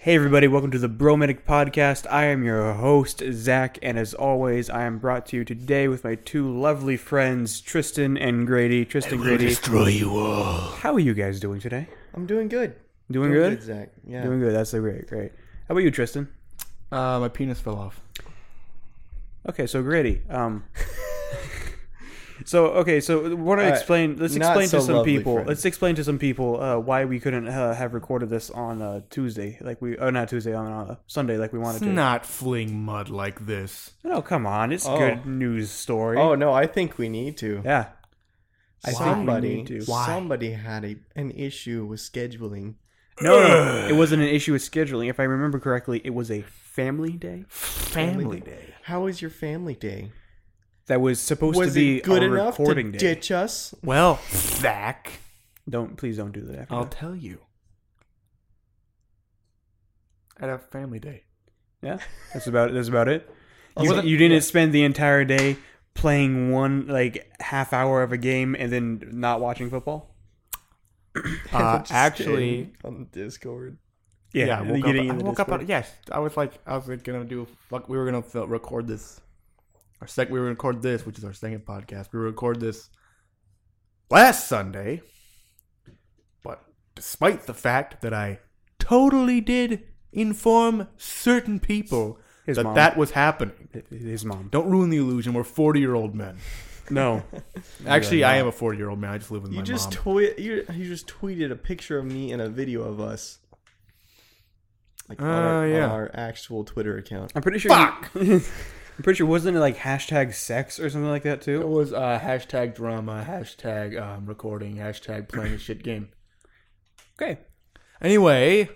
Hey, everybody, welcome to the Bromedic Podcast. I am your host, Zach, and as always, I am brought to you today with my two lovely friends, Tristan and Grady. Tristan, Grady, destroy you all. how are you guys doing today? I'm doing good. Doing good? Zach. Yeah. Doing good. That's so great. Great. How about you, Tristan? Uh, my penis fell off. Okay, so Grady. Um, so okay, so want to right, explain? Let's Uh, not explain so to some lovely people. friend. Let's explain to some people uh, why we couldn't uh, have recorded this on uh, Tuesday, like we. Oh, not Tuesday, on uh, Sunday, like we wanted It's to. not fling mud like this. No, come on, it's Oh. good news story. Oh no, I think we need to. Yeah. I think we somebody, need to. Why? somebody had a, an issue with scheduling. No, no, it wasn't an issue with scheduling. If I remember correctly, it was a family day Family day. How was your family day? that was supposed Was to be it good our enough to recording day. ditch us? Well, Zach, Don't please don't do that. After I'll that. tell you. I had a family day. Yeah, that's about that's about it. You, wasn't- you didn't spend the entire day playing one like half hour of a game and then not watching football. Uh, Just actually, kidding. on Discord. yeah, I and woke up. getting I into woke up Discord. on- yes, I was like, I was like, gonna do. Fuck, we were gonna fil- record this. Our sec, we were gonna record this, which is our second podcast. We record this last Sunday, but despite the fact that I totally did inform certain people His that mom. that was happening. his mom. Don't ruin the illusion. We're forty-year-old men. No, Actually, I am a forty-year-old man. I just live with You my just mom. tweet. You, you just tweeted a picture of me and a video of us. Like on, Uh, our, on yeah. our actual Twitter account. I'm pretty sure. Fuck! I'm pretty sure wasn't it like hashtag sex or something like that It too? was uh, hashtag drama, hashtag um, recording, hashtag playing a shit game. Okay, Anyway,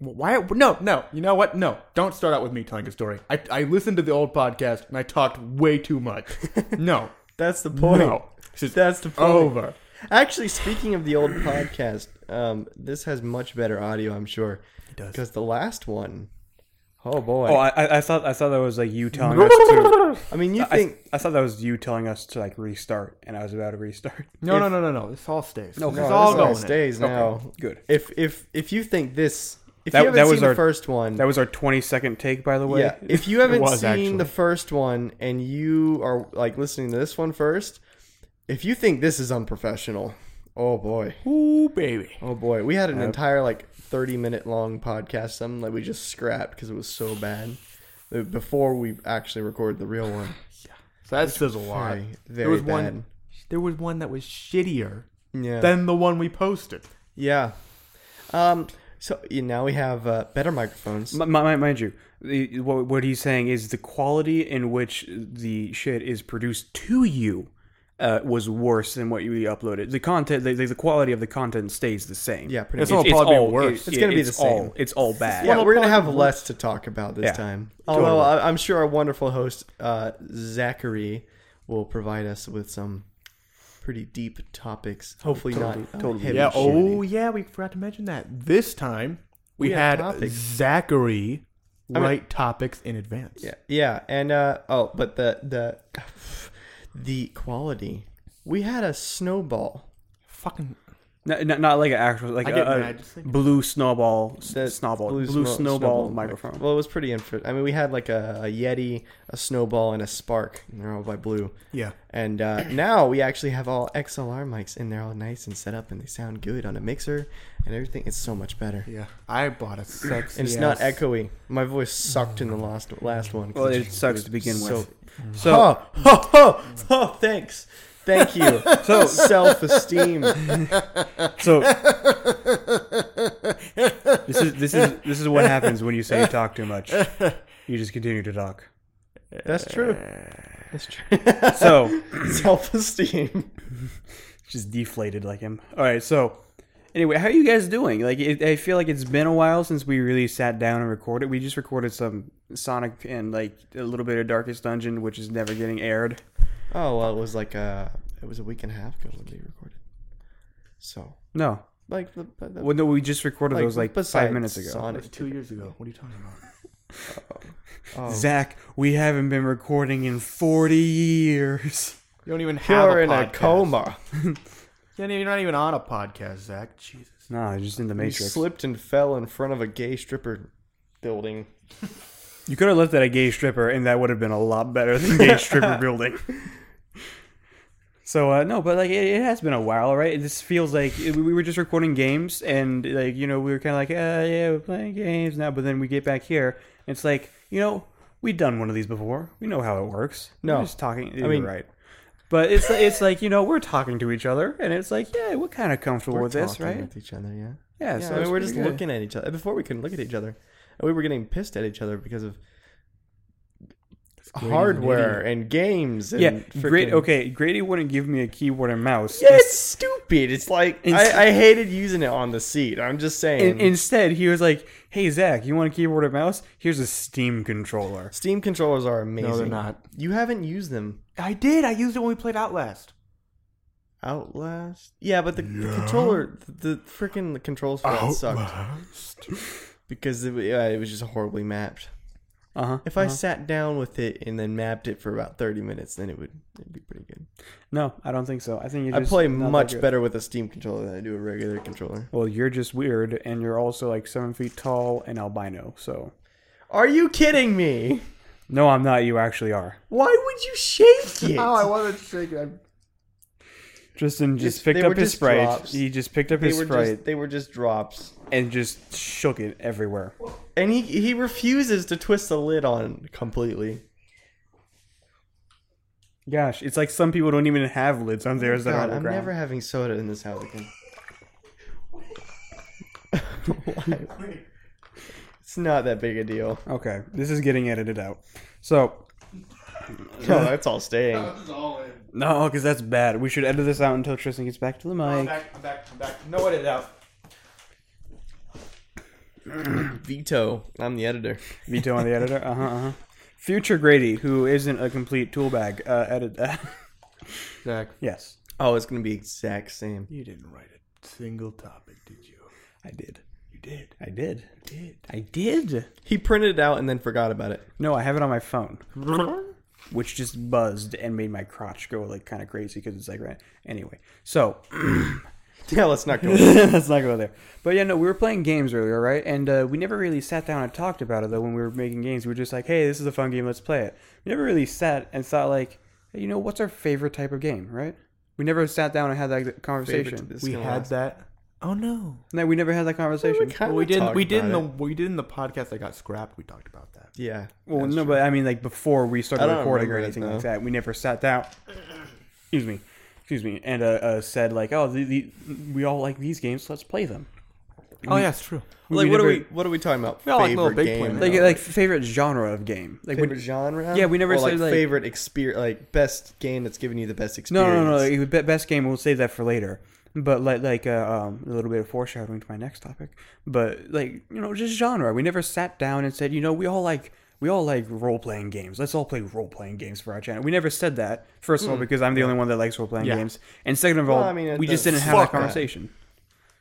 why? No, no. You know what? No, don't start out with me telling a story. I, I listened to the old podcast and I talked way too much. No, That's the point. no. This is That's the point. over. Actually, speaking of the old podcast, um, this has much better audio, I'm sure. It does. Because the last one, oh boy. Oh, I, I, I- I thought I thought that was like you telling us to. mean, you I, think. I thought that was you telling us to like restart, and I was about to restart. No, no, no, no, no. This all stays. No, this no, all this going. all stays in. now. Good. If if if you think this, if That- you haven't that was seen the our- first one, That was our 20 second take, by the way. yeah. If you haven't was, seen actually. the first one and you are like listening to this one first, if you think this is unprofessional, oh boy, Ooh, baby. oh boy, we had an entire like thirty minute long podcast something that we just scrapped because it was so bad. uh, Before we actually recorded the real one, So that says a lot. very, there very was bad. one. There was one that was shittier Yeah. than the one we posted. yeah. Um. So yeah, now we have uh, better microphones. M- mi- mi- mind you, the- what, what he's saying is the quality in which the shit is produced to you uh, was worse than what you uploaded. The content, the, the, the quality of the content stays the same. Yeah, pretty It's much. all probably worse. It's gonna be the same. All, it's all bad. Yeah, Well, we're gonna have probably less to talk about this Yeah, time. Although I I'm sure our wonderful host uh, Zachary will provide us with some pretty deep topics. Hopefully not uh, Oh, totally. heavy Yeah. shitty. Oh, yeah. We forgot to mention that. This time we, We had had topics. Zachary mean- write topics in advance. yeah, yeah, and uh, oh, but the the the quality. We had a snowball. Fucking Not, not, not like an actual, like I get a, mad a just thinking. blue snowball, s- The snowball, blue, smo- snowball, microphone. Well, it was pretty. Inf- I mean, we had like a, a Yeti, a snowball, and a spark. And they're all by blue. Yeah. And uh, now we actually have all XLR mics, and they're all nice and set up, and they sound good on a mixer and everything. It's so much better. Yeah, I bought a sexy. And it's not ass- echoey. My voice sucked in the last last one. 'cause Oh Well, it just- sucks to begin so- with. So, Oh, oh, oh, oh, thanks, thank you. so self esteem. So this is this is this is what happens when you say you talk too much. You just continue to talk. That's true. That's true. So self esteem. just deflated like him. All right. So anyway, how are you guys doing? Like it, I feel like it's been a while since we really sat down and recorded. We just recorded some Sonic and like a little bit of Darkest Dungeon, which is never getting aired. Oh well, it was like uh it was a week and a half ago when we recorded. So No, like the, the, the well, no, we just recorded Like, those like five besides minutes ago. Sonic. That was two years ago. What are you talking about? oh. Zach, we haven't been recording in forty years. You don't even have You're a in a podcast. coma. You're not even- You're not even on a podcast, Zach. Jesus. No, it's just in the He Matrix. slipped and fell in front of a gay stripper building. You could have left that a gay stripper, and that would have been a lot better than gay stripper building. So uh, no, but like it, it has been a while, right? It just feels like we we were just recording games, and like you know we were kind of like, uh, yeah, we're playing games now. But then we get back here, and it's like you know we've done one of these before. We know how it works. No. we're just talking. I mean- mean, right. But it's it's like you know we're talking to each other, and it's like yeah, we're kind of comfortable with this, talking right? With each other, yeah. yeah, so Yeah, I mean, it's we're pretty just good. looking at each other. Before we couldn't look at each other, and we were getting pissed at each other because of an hardware and games. And Yeah, great. frickin- Okay, Grady wouldn't give me a keyboard and mouse. Yeah, it's stupid. It's like Ins- I, I hated using it on the seat. I'm just saying. In, instead, he was like, "Hey Zach, you want a keyboard and mouse? Here's a Steam controller." Steam controllers are amazing. No, they're not. You haven't used them. I did. I used it when we played Outlast. Outlast. Yeah, but the, the controller, the, the freaking controls for that sucked because it, wa- yeah, it was just horribly mapped. Uh huh. If I sat down with it and then mapped it for about 30 minutes, then it would it'd be pretty good. No, I don't think so. I think you I just play not that much good. better with a Steam controller than I do a regular controller. Well, you're just weird, and you're also like seven feet tall and albino. So, Are you kidding me? no, I'm not. You actually are. Why would you shake it? Oh, I wasn't shaking. I'm- Tristan just Just- picked they up were his just sprite. drops. He just picked up they his were sprite just they were just drops, and just shook it everywhere. and he he refuses to twist the lid on completely. Gosh, it's like some people don't even have lids on theirs that are on Oh God, the I'm ground. never having soda in this house again. Why? It's not that big a deal. Okay, this is getting edited out. So, No, that's all staying. This is all in. no, because that's bad. We should edit this out until Tristan gets back to the I'm mic. back. I'm back. I'm back. No edit out. Veto. I'm the editor. Vito on the editor. Uh huh. Uh-huh. Future Grady, who isn't a complete tool bag, uh, edit that. Zach, yes, Oh, it's gonna be exact same. you didn't write a single topic, did you? I did. You did. I did. Did. I did. He printed it out and then forgot about it. No, I have it on my phone, which just buzzed and made my crotch go like kind of crazy because it's like right. Anyway, so Yeah, let's not go. let's not go there. But yeah, no, we were playing games earlier, right? And uh, we never really sat down and talked about it though. When we were making games, we were just like, "Hey, this is a fun game. Let's play it." We never really sat and thought like, hey, "You know, what's our favorite type of game?" Right? We never sat down and had that conversation. This is We gonna had last. that. Oh no. No, we never had that conversation. kinda Well, we didn't. talked We did about in it. the we did in the podcast that got scrapped. We talked about that. Yeah. Well, no, but I mean, like before we I started don't recording or remember it, anything though. like that, we never sat down. excuse me, excuse me, and uh, uh, said like, "Oh, the, the, we all like these games. so Let's play them." Oh yeah, it's true. Like, we what are we? never- What are we talking about? Yeah, like Little Big game. Planet. Like, No. like favorite genre of game. Like, favorite when- genre. Yeah, we never or, said, like, like- favorite experience, like best game that's given you the best no, experience. no, no, no. like, be- Best game. We'll save that for later. But like, like uh, um, a little bit of foreshadowing to my next topic. But like, you know, just genre. We never sat down and said, you know, we all like. We all like role playing games. Let's all play role playing games for our channel. We never said that. First of all, because I'm the only one that likes role playing Yeah. games, and second of all, Hmm. Well, I mean, it we just does- didn't have that Fuck that. conversation.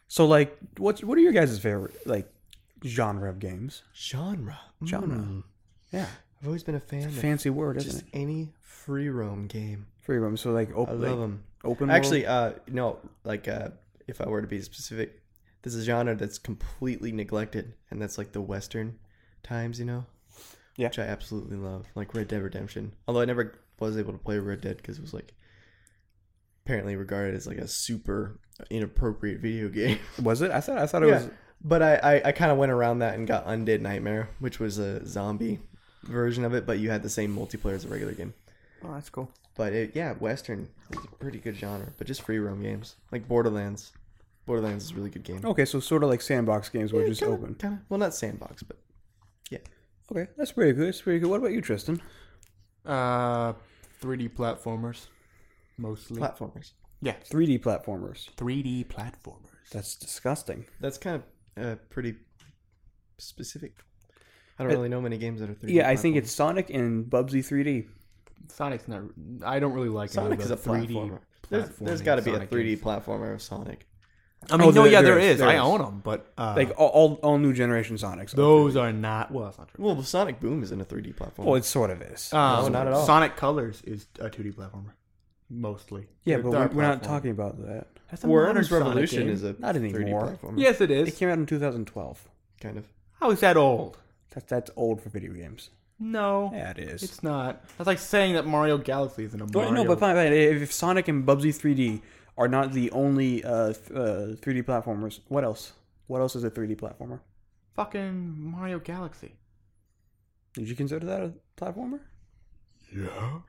So, like, what's what are your guys' favorite like genre of games? genre. Genre, yeah, I've always been a fan of fancy word, isn't Hmm. just it? any free roam game. Free roam. So like, I open, love like them. open. world? Actually, uh, no, like uh, if I were to be specific, this is a genre that's completely neglected, and that's like the Western times, you know. Yeah. Which I absolutely love, like Red Dead Redemption. Although I never was able to play Red Dead because it was like apparently regarded as like a super inappropriate video game. was it? I thought I thought it Yeah. was. But I, I, I kind of went around that and got Undead Nightmare, which was a zombie version of it, but you had the same multiplayer as a regular game. Oh, that's cool. But it, yeah, Western is a pretty good genre, but just free roam games like Borderlands. Borderlands is a really good game. Okay, so sort of like sandbox games where it's Oh, just kinda, open. Kinda, well, not sandbox, but yeah. Okay, that's pretty good. That's pretty good. What about you, Tristan? Uh, 3D platformers, mostly. Platformers. yeah, 3D platformers. 3D platformers. That's disgusting. That's kind of uh, pretty specific. I don't I- really know many games that are 3D. Yeah, I think platformers. it's Sonic and Bubsy 3D. Sonic's not. I don't really like Sonic any is of the a 3D platformer. There's, there's platforming got to be a Sonic 3D games. platformer of Sonic. I mean, Oh, no, there- yeah, there there is, is. there I is. own them, but uh, Like all, all all new generation Sonics. are those 3D. are not. Well, that's not true. Well, Sonic Boom is in a 3D platform. Well, it sort of is. Um, No, not at all. Sonic Colors is a 2D platformer, mostly. yeah, They're- but they're we're, we're not platform. talking about that. That's a modern Worms Sonic Revolution game. is a not anymore. 3D platformer. Yes, it It is. came out in 2012. kind of. How is that old? That's that's old for video games. No, Yeah, it is. it's not. That's like saying that Mario Galaxy isn't a Well, Mario. no, but fine, fine. If, if Sonic and Bubsy 3D are not the only uh, th- uh, 3D platformers, what else? What else is a 3D platformer? fucking Mario Galaxy. Did you consider that a platformer? Yeah.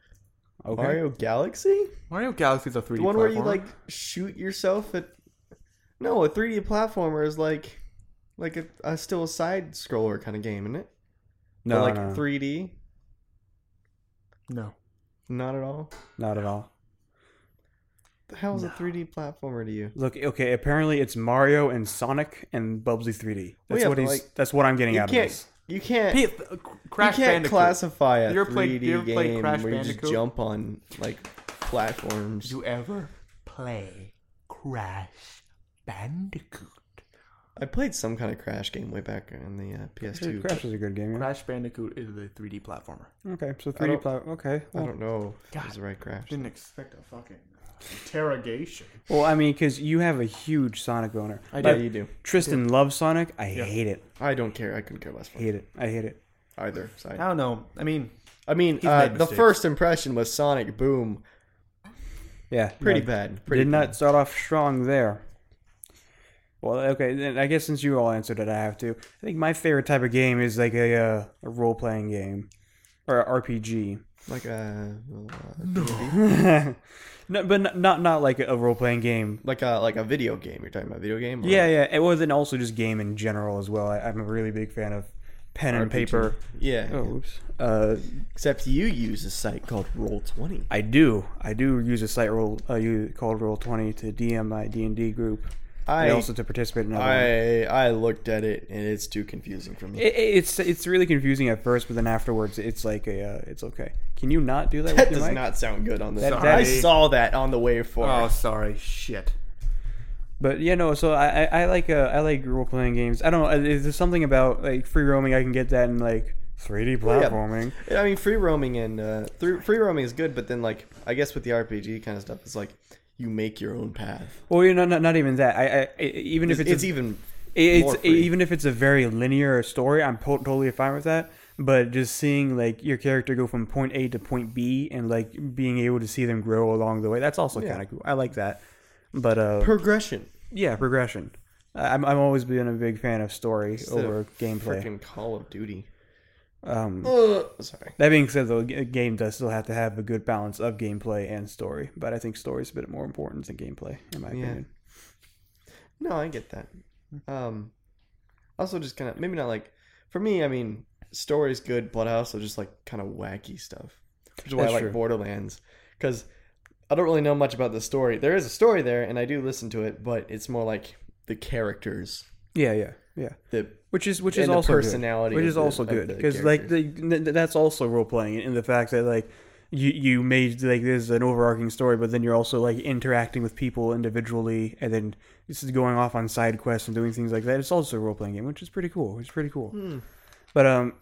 Okay. Mario Galaxy? Mario Galaxy's a 3D. The one where you platformer. like shoot yourself at No, a 3D platformer is like like a, a still a side scroller kind of game, isn't it? But, No, like no, no. 3D, No. not at all. not at all. The hell is a 3D platformer to you? Look, okay. Apparently, it's Mario and Sonic and Bubsy 3D. Well, That's yeah, what but, he's. like, that's what I'm getting You out of can't this. you can't P- uh, Crash you can't Bandicoot. classify a You ever 3D played- you ever game played Crash where you just Bandicoot? jump on like Did platforms. you ever play Crash Bandicoot? I played some kind of Crash game way back on the uh, PS2. Crash is a good game. Yeah? Crash Bandicoot is a 3D platformer. Okay, so I 3D don't- platform. Okay. I Well, don't know if it God. was the right Crash. Didn't expect a fucking interrogation. well, I mean, because you have a huge Sonic boner. I Yeah, But did. you do. Tristan loves Sonic. I Yeah. hate it. I don't care. I couldn't care less for Hate it. I hate it. either side. I don't know. I mean, I mean, He's uh, made the mistakes. first impression was Sonic Boom. Yeah. Pretty no. bad. Pretty Did bad. not start off strong there. Well, okay, then I guess since you all answered it, I have to. I think my favorite type of game is like a, uh, a role playing game or a RPG. Like uh, a no, but not not, not like a role playing game. like a like a video game. You're talking about video game. or- Yeah, yeah. It was, and also just game in general as well. I, I'm a really big fan of pen and RPG. paper. yeah. Oh, oops. Uh, Except you use a site called Roll Twenty. I do. I do use a site roll uh, you- called Roll Twenty to DM my D and D group, I and also to participate in. other I I looked at it and it's too confusing for me. It, it- it's it's really confusing at first, but then afterwards, it's like a uh, it's okay. Can you not do that? that with your does mic? not sound good on this. That- I that- saw that on the way oh, forward. sorry. Shit. But yeah, no. So I I, I like uh, I like role playing games. I don't. know. Is there something about like free roaming? I can get that in like 3D Oh, yeah. platforming. I mean, free roaming and uh, thr- free roaming is good, but then like I guess with the RPG kind of stuff, it's like you make your own path. Well, you know, not, not even that. I, I- I even It's, if it's, it's a, even it's more free. even if it's a very linear story, I'm po- totally fine with that. But just seeing like your character go from point A to point B and like being able to see them grow along the way, that's also Yeah. kind of cool. I like that. But uh, progression. Yeah, progression. I- I'm I'm always been a big fan of story Instead over of gameplay. Freaking Call of Duty. Um, sorry. that being said, though, a game does still have to have a good balance of gameplay and story. But I think story is a bit more important than gameplay, in my Yeah. opinion. No, I get that. Um, also just kind of maybe not like for me. I mean, story's good, but I also just like kind of wacky stuff, which is why That's I like true. Borderlands because I don't really know much about the story. There is a story there, and I do listen to it, but it's more like the characters, Yeah, yeah, yeah. the Which is which And is the also personality Good. Which of is the- also of good the because like the, th- that's also role playing in the fact that like you you made like there's an overarching story, but then you're also like interacting with people individually, and then this is going off on side quests and doing things like that. It's also a role playing game, which is pretty cool. It's pretty cool. Hmm. But um,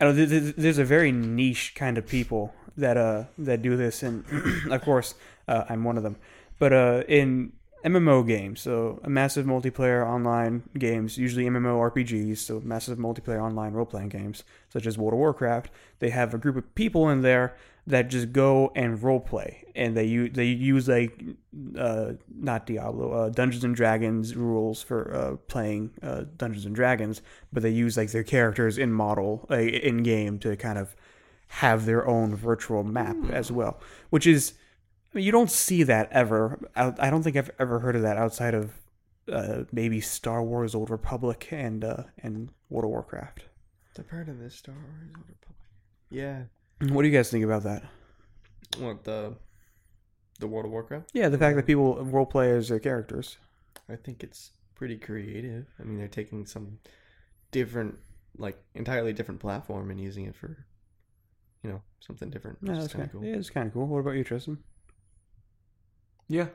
I know th- th- there's a very niche kind of people that uh that do this, and of course uh, I'm one of them. But uh, in MMO games, so massive multiplayer online games, usually MMORPGs, so massive multiplayer online role playing games such as World of Warcraft, they have a group of people in there that just go and role play, and they use they use like uh, not Diablo, uh, Dungeons and Dragons rules for uh, playing uh, Dungeons and Dragons, but they use like their characters in model uh, in game to kind of have their own virtual map as well, which is I mean, you don't see that ever. I, I don't think I've ever heard of that outside of uh, maybe Star Wars: Old Republic and uh, and World of Warcraft. the part of the Star Wars Old Republic. Yeah, What do you guys think about that? what the the World of Warcraft? Yeah, the fact that people role play as their characters. I think it's pretty creative. I mean, they're taking some different, like entirely different platform and using it for, you know, something different. Which Yeah, is that's kind kind of cool. Yeah, it's kind of cool. What about you, Tristan? Yeah.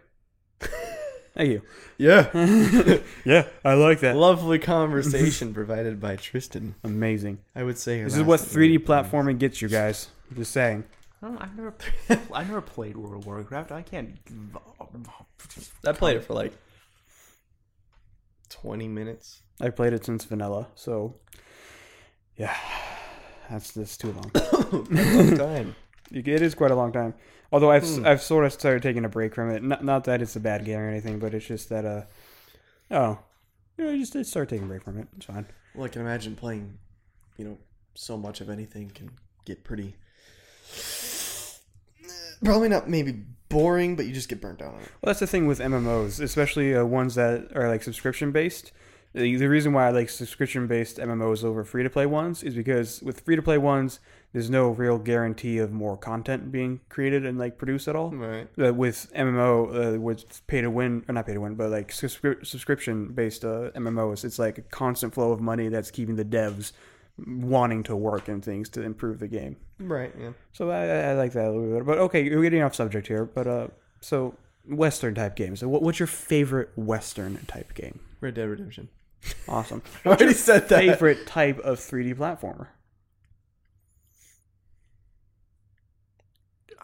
Thank you. Yeah. yeah, I like that. Lovely conversation provided by Tristan. Amazing. I would say her This is last what name 3D is- platforming gets you guys. Just saying. I don't, I've never, I never played World of Warcraft. I can't v- I played it for like twenty minutes. I played it since vanilla, so yeah, that's that's too long. Long time. It is quite a long time. Although I've I've sort of started taking a break from it. Not not that it's a bad game or anything, but it's just that uh oh, you know, I just did start taking a break from it. It's fine. Well, I can imagine playing. You know, so much of anything can get pretty. Probably not maybe boring, but you just get burnt out on it. Well, that's the thing with MMOs, especially uh, ones that are like subscription based. The, the reason why I like subscription based MMOs over free to play ones is because with free to play ones, there's no real guarantee of more content being created and like produced at all. Right. Uh, with MMO, uh, with pay to win, or not pay to win, but like subscri- subscription based uh, MMOs, it's like a constant flow of money that's keeping the devs wanting to work and things to improve the game. Right. Yeah. So I, I- I like that a little bit. But okay, we're getting off subject here. But uh, so Western type games. So what, what's your favorite Western type game? Red Dead Redemption. Awesome. I already said that. favorite type of 3D platformer.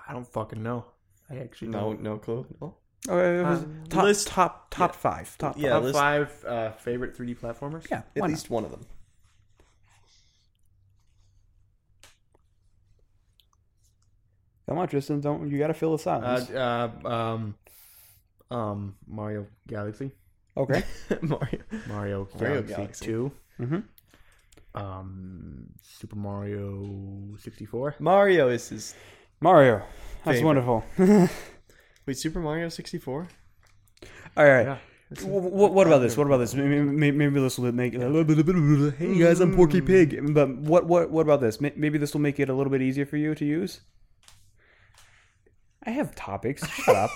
I don't fucking know. I actually No, know. no clue. No. Oh, it was Um, top, list- top top five. Top Yeah, Top list- five uh, favorite 3D platformers. five. Yeah, At why least one of them. not? Come on, Tristan. Don't you got to fill us out? Uh, uh, um, um, Mario Galaxy. okay. Mario. Mario Mario Galaxy, Mm-hmm. Galaxy. 2. hmm Um, Super Mario 64. Mario is his. Mario. That's Favorite. wonderful. Wait, Super Mario 64? All right. Yeah. What, what about this? What about this? Maybe, maybe, maybe this will make it a little bit. Hey guys, I'm Porky Pig. But what what what about this? May- Maybe this will make it a little bit easier for you to use. I have topics. Shut up.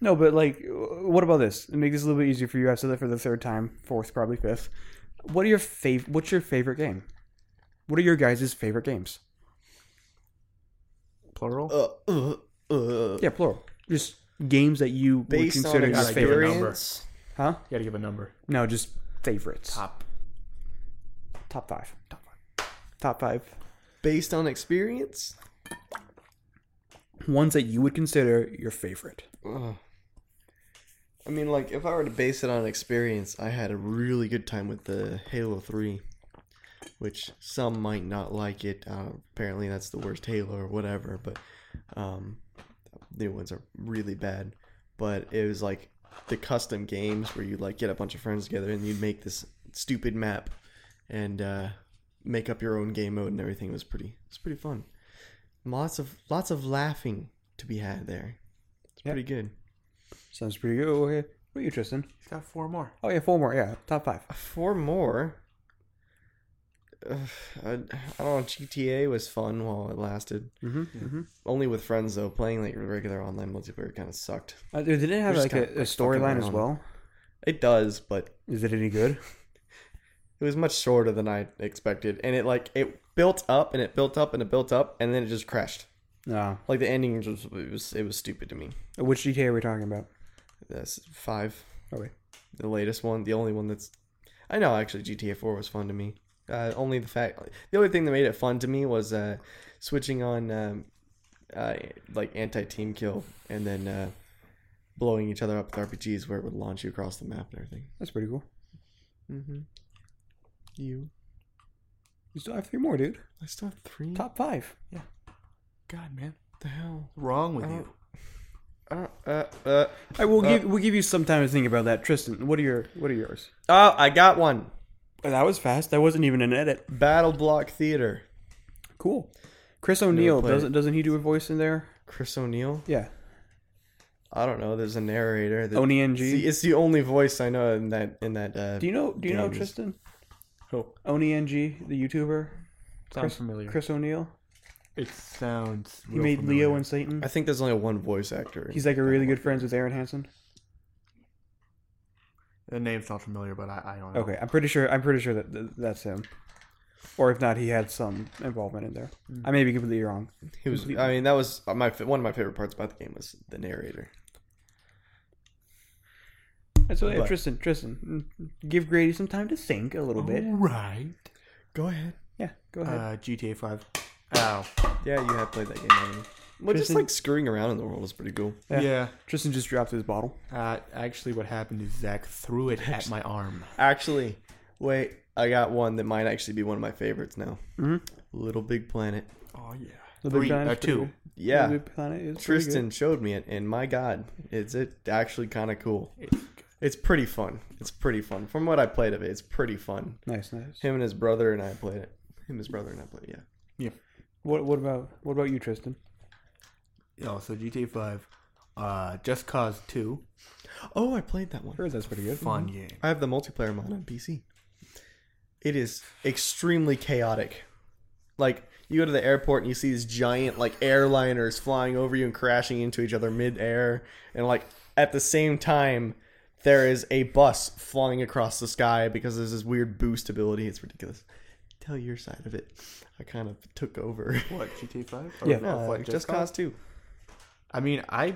no, but like, what about this? Make this a little bit easier for you. I've said that for the third time, fourth, probably fifth. What are your fav- What's your favorite game? What are your guys' favorite games? Plural. Uh, uh, uh. Yeah, plural. Just games that you would Based on consider your gotta give it a favorite. number. experience. Huh? You gotta give a number. No, just favorites. Top. Top five. Top five. Top five. Based on experience? Ones that you would consider your favorite. Ugh. I mean, like, if I were to base it on experience, I had a really good time with the Halo 3, which some might not like it. Uh, apparently, that's the worst Halo or whatever, but um, new ones are really bad. But it was like the custom games where you like get a bunch of friends together and you'd make this stupid map and uh, make up your own game mode and everything. It was pretty, it was pretty fun. Lots of lots of laughing to be had there. It's Yeah. pretty good. Sounds pretty good. Okay. What are you, Tristan? He's got four more. Oh yeah, four more. Yeah, top five. Four more. Ugh, I, I don't know. GTA was fun while it lasted. Mm-hmm. Mm-hmm. Only with friends though. Playing like regular online multiplayer kind of sucked. Uh, they didn't have We're like just a, a kinda, like, fucking storyline as around. well. It does, but Is it any good? it was much shorter than I expected, and it like it built up and it built up and it built up, and then it just crashed. No. Like the ending just it was it was stupid to me. Which GTA are we talking about? That's five, Oh wait. the latest one, the only one that's. I know actually GTA Four was fun to me. Uh, only the fact, the only thing that made it fun to me was uh, switching on um, uh, like anti-team kill and then uh, blowing each other up with RPGs where it would launch you across the map and everything. That's pretty cool. Mm-hmm. You, You still have three more, dude. I still have three. Top five. God, man. What the hell? What's wrong with I you? I don't. Uh, uh. I will Uh, give we'll give you some time to think about that, Tristan. What are your What are yours? Oh, I got one. That was fast. That wasn't even an edit. Battle Block Theater. Cool. Chris O'Neill played it. doesn't doesn't he do a voice in there? Chris O'Neill. Yeah. I don't know. There's a narrator. That, Oni NG. It's the- it's the only voice I know in that in that. Uh, Do you know? Do you know Games. Tristan? Who? Oni NG, the YouTuber, oh, Sounds familiar. Chris O'Neill. It sounds. He made Leo and Satan. I think there's only one voice actor. He's like a really good friends with Aaron Hansen. The name's not familiar, but I, I don't know. Okay, I'm pretty sure. I'm pretty sure that th- that's him. Or if not, he had some involvement in there. I may be completely wrong. He was. I mean, that was my fa- one of my favorite parts about the game was the narrator. And so, yeah, But- Tristan, Tristan, mm, give Grady some time to think a little bit. Right. Go ahead. Yeah, go ahead. Uh, GTA 5. Ow. Yeah, you have played that game. haven't you? But just Tristan- like screwing around in the world is pretty cool. Yeah. Yeah. Tristan just dropped his bottle. Uh, actually, what happened is Zach threw it at my arm. Actually, wait, I got one that might actually be one of my favorites now. Mhm. Little Big Planet. Oh yeah. The Three, Big Planet's uh, pretty two. good. Yeah, The Big Planet is pretty good. Tristan showed me it, and my God, is it actually kind of cool? It's good. It's pretty fun. It's pretty fun. From what I played of it, it's pretty fun. Nice, nice. Him and his brother and I played it. Him, and his brother, and I played. it, What what about what about you, Tristan? Yo, Oh, so GTA Five, uh, Just Cause Two, Yeah. Oh, I played that one. Heard that's pretty good. fun game. I have the multiplayer mod on PC. It is extremely chaotic. Like you go to the airport and you see these giant like airliners flying over you and crashing into each other mid-air and like at the same time there is a bus flying across the sky because there's this weird boost ability. It's ridiculous. Tell your side of it. I kind of took over. What GTA Five? Yeah. Uh, just Cause 2. I mean, I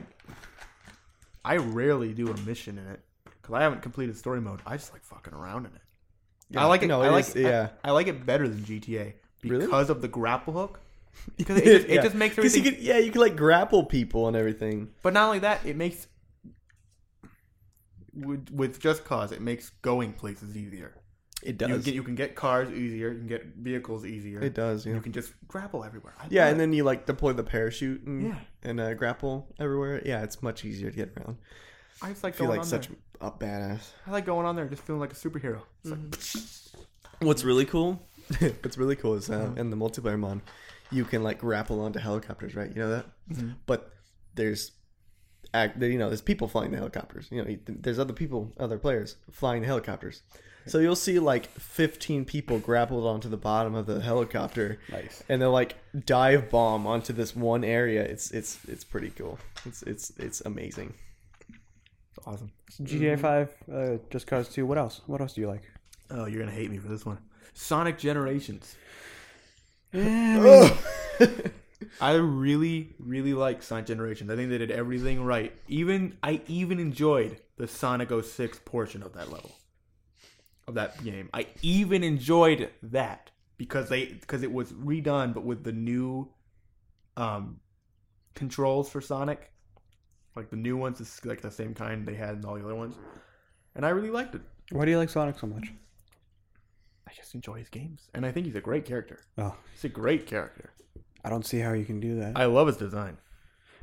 I rarely do a mission in it because I haven't completed story mode. I just like fucking around in it. I like it. No, I like is- it. yeah. I, I like it better than GTA because Really? of the grapple hook. Because it, just, Yeah. it just makes 'Cause everything. you could, yeah, you could like grapple people and everything. but not only that, it makes with, with Just Cause it makes going places easier. It You does. get you can get cars easier. You can get vehicles easier. it does. Yeah. You can just grapple everywhere. I Yeah, love and it. then you like deploy the parachute and Yeah. and uh, grapple everywhere. Yeah, it's much easier to get around. I just like I feel going like on such there. a badass. I like going on there, just feeling like a superhero. It's like, What's really cool? What's really cool is uh, in the multiplayer mod, you can like grapple onto helicopters, right? You know that. But there's, act, you know, there's people flying the helicopters. You know, you- there's other people, other players flying the helicopters. So you'll see like 15 people grappled onto the bottom of the helicopter, Nice. and they'll like dive bomb onto this one area. It's it's it's pretty cool. It's it's it's amazing. it's awesome. GTA Five, uh, Just Cause Two. What else? What else do you like? Oh, you're gonna hate me for this one. Sonic Generations. I really, really like Sonic Generations. I think they did everything right. Even I even enjoyed the Sonic 06 portion of that level. Of that game. I even enjoyed that because they because it was redone but with the new um controls for Sonic. Like the new ones is like the same kind they had in all the other ones. And I really liked it. Why do you like Sonic so much? I just enjoy his games. And I think he's a great character. Oh, He's a great character. I don't see how you can do that. I love his design.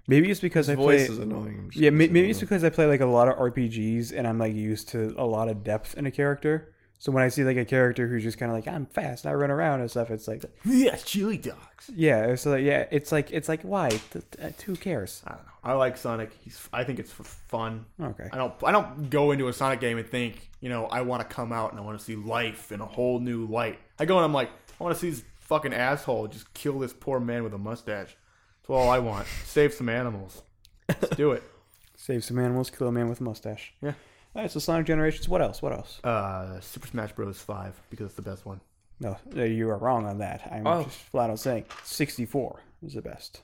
Maybe it's because I play. voice is annoying. yeah, ma- maybe it's because I play like a lot of RPGs and I'm like used to a lot of depth in a character. So when I see like a character who's just kind of like I'm fast, I run around and stuff, it's like Yeah, chili dogs. yeah, so like, yeah, it's like it's like why? Th- th- who cares? I don't know. I like Sonic. He's. I think it's for fun. Okay, I don't. I don't go into a Sonic game and think, you know, I want to come out and I want to see life in a whole new light. I go and I'm like, I want to see this fucking asshole just kill this poor man with a mustache. That's all I want. Save some animals. Let's do it. save some animals, kill a man with a mustache. Yeah. All right, so Sonic Generations. What else? What else? Uh, Super Smash Bros. Five because it's the best one. No, uh, you are wrong on that. I'm Oh. just flat out saying 64 is the best.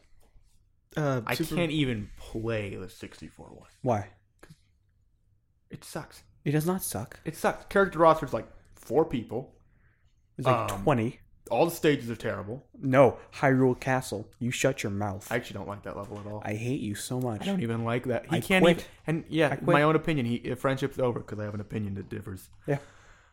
Uh, I Super- can't even play the 64 one. Why? It sucks. It does not suck. It sucks. Character roster's like four people. It's like Um, 20. All the stages are terrible. No, Hyrule Castle. You shut your mouth. I I, actually don't like that level at all. I, hate you so much. don't even like that. He I can't quit. even. And yeah, quit. my own opinion. He if friendship's over because I have an opinion that differs. Yeah.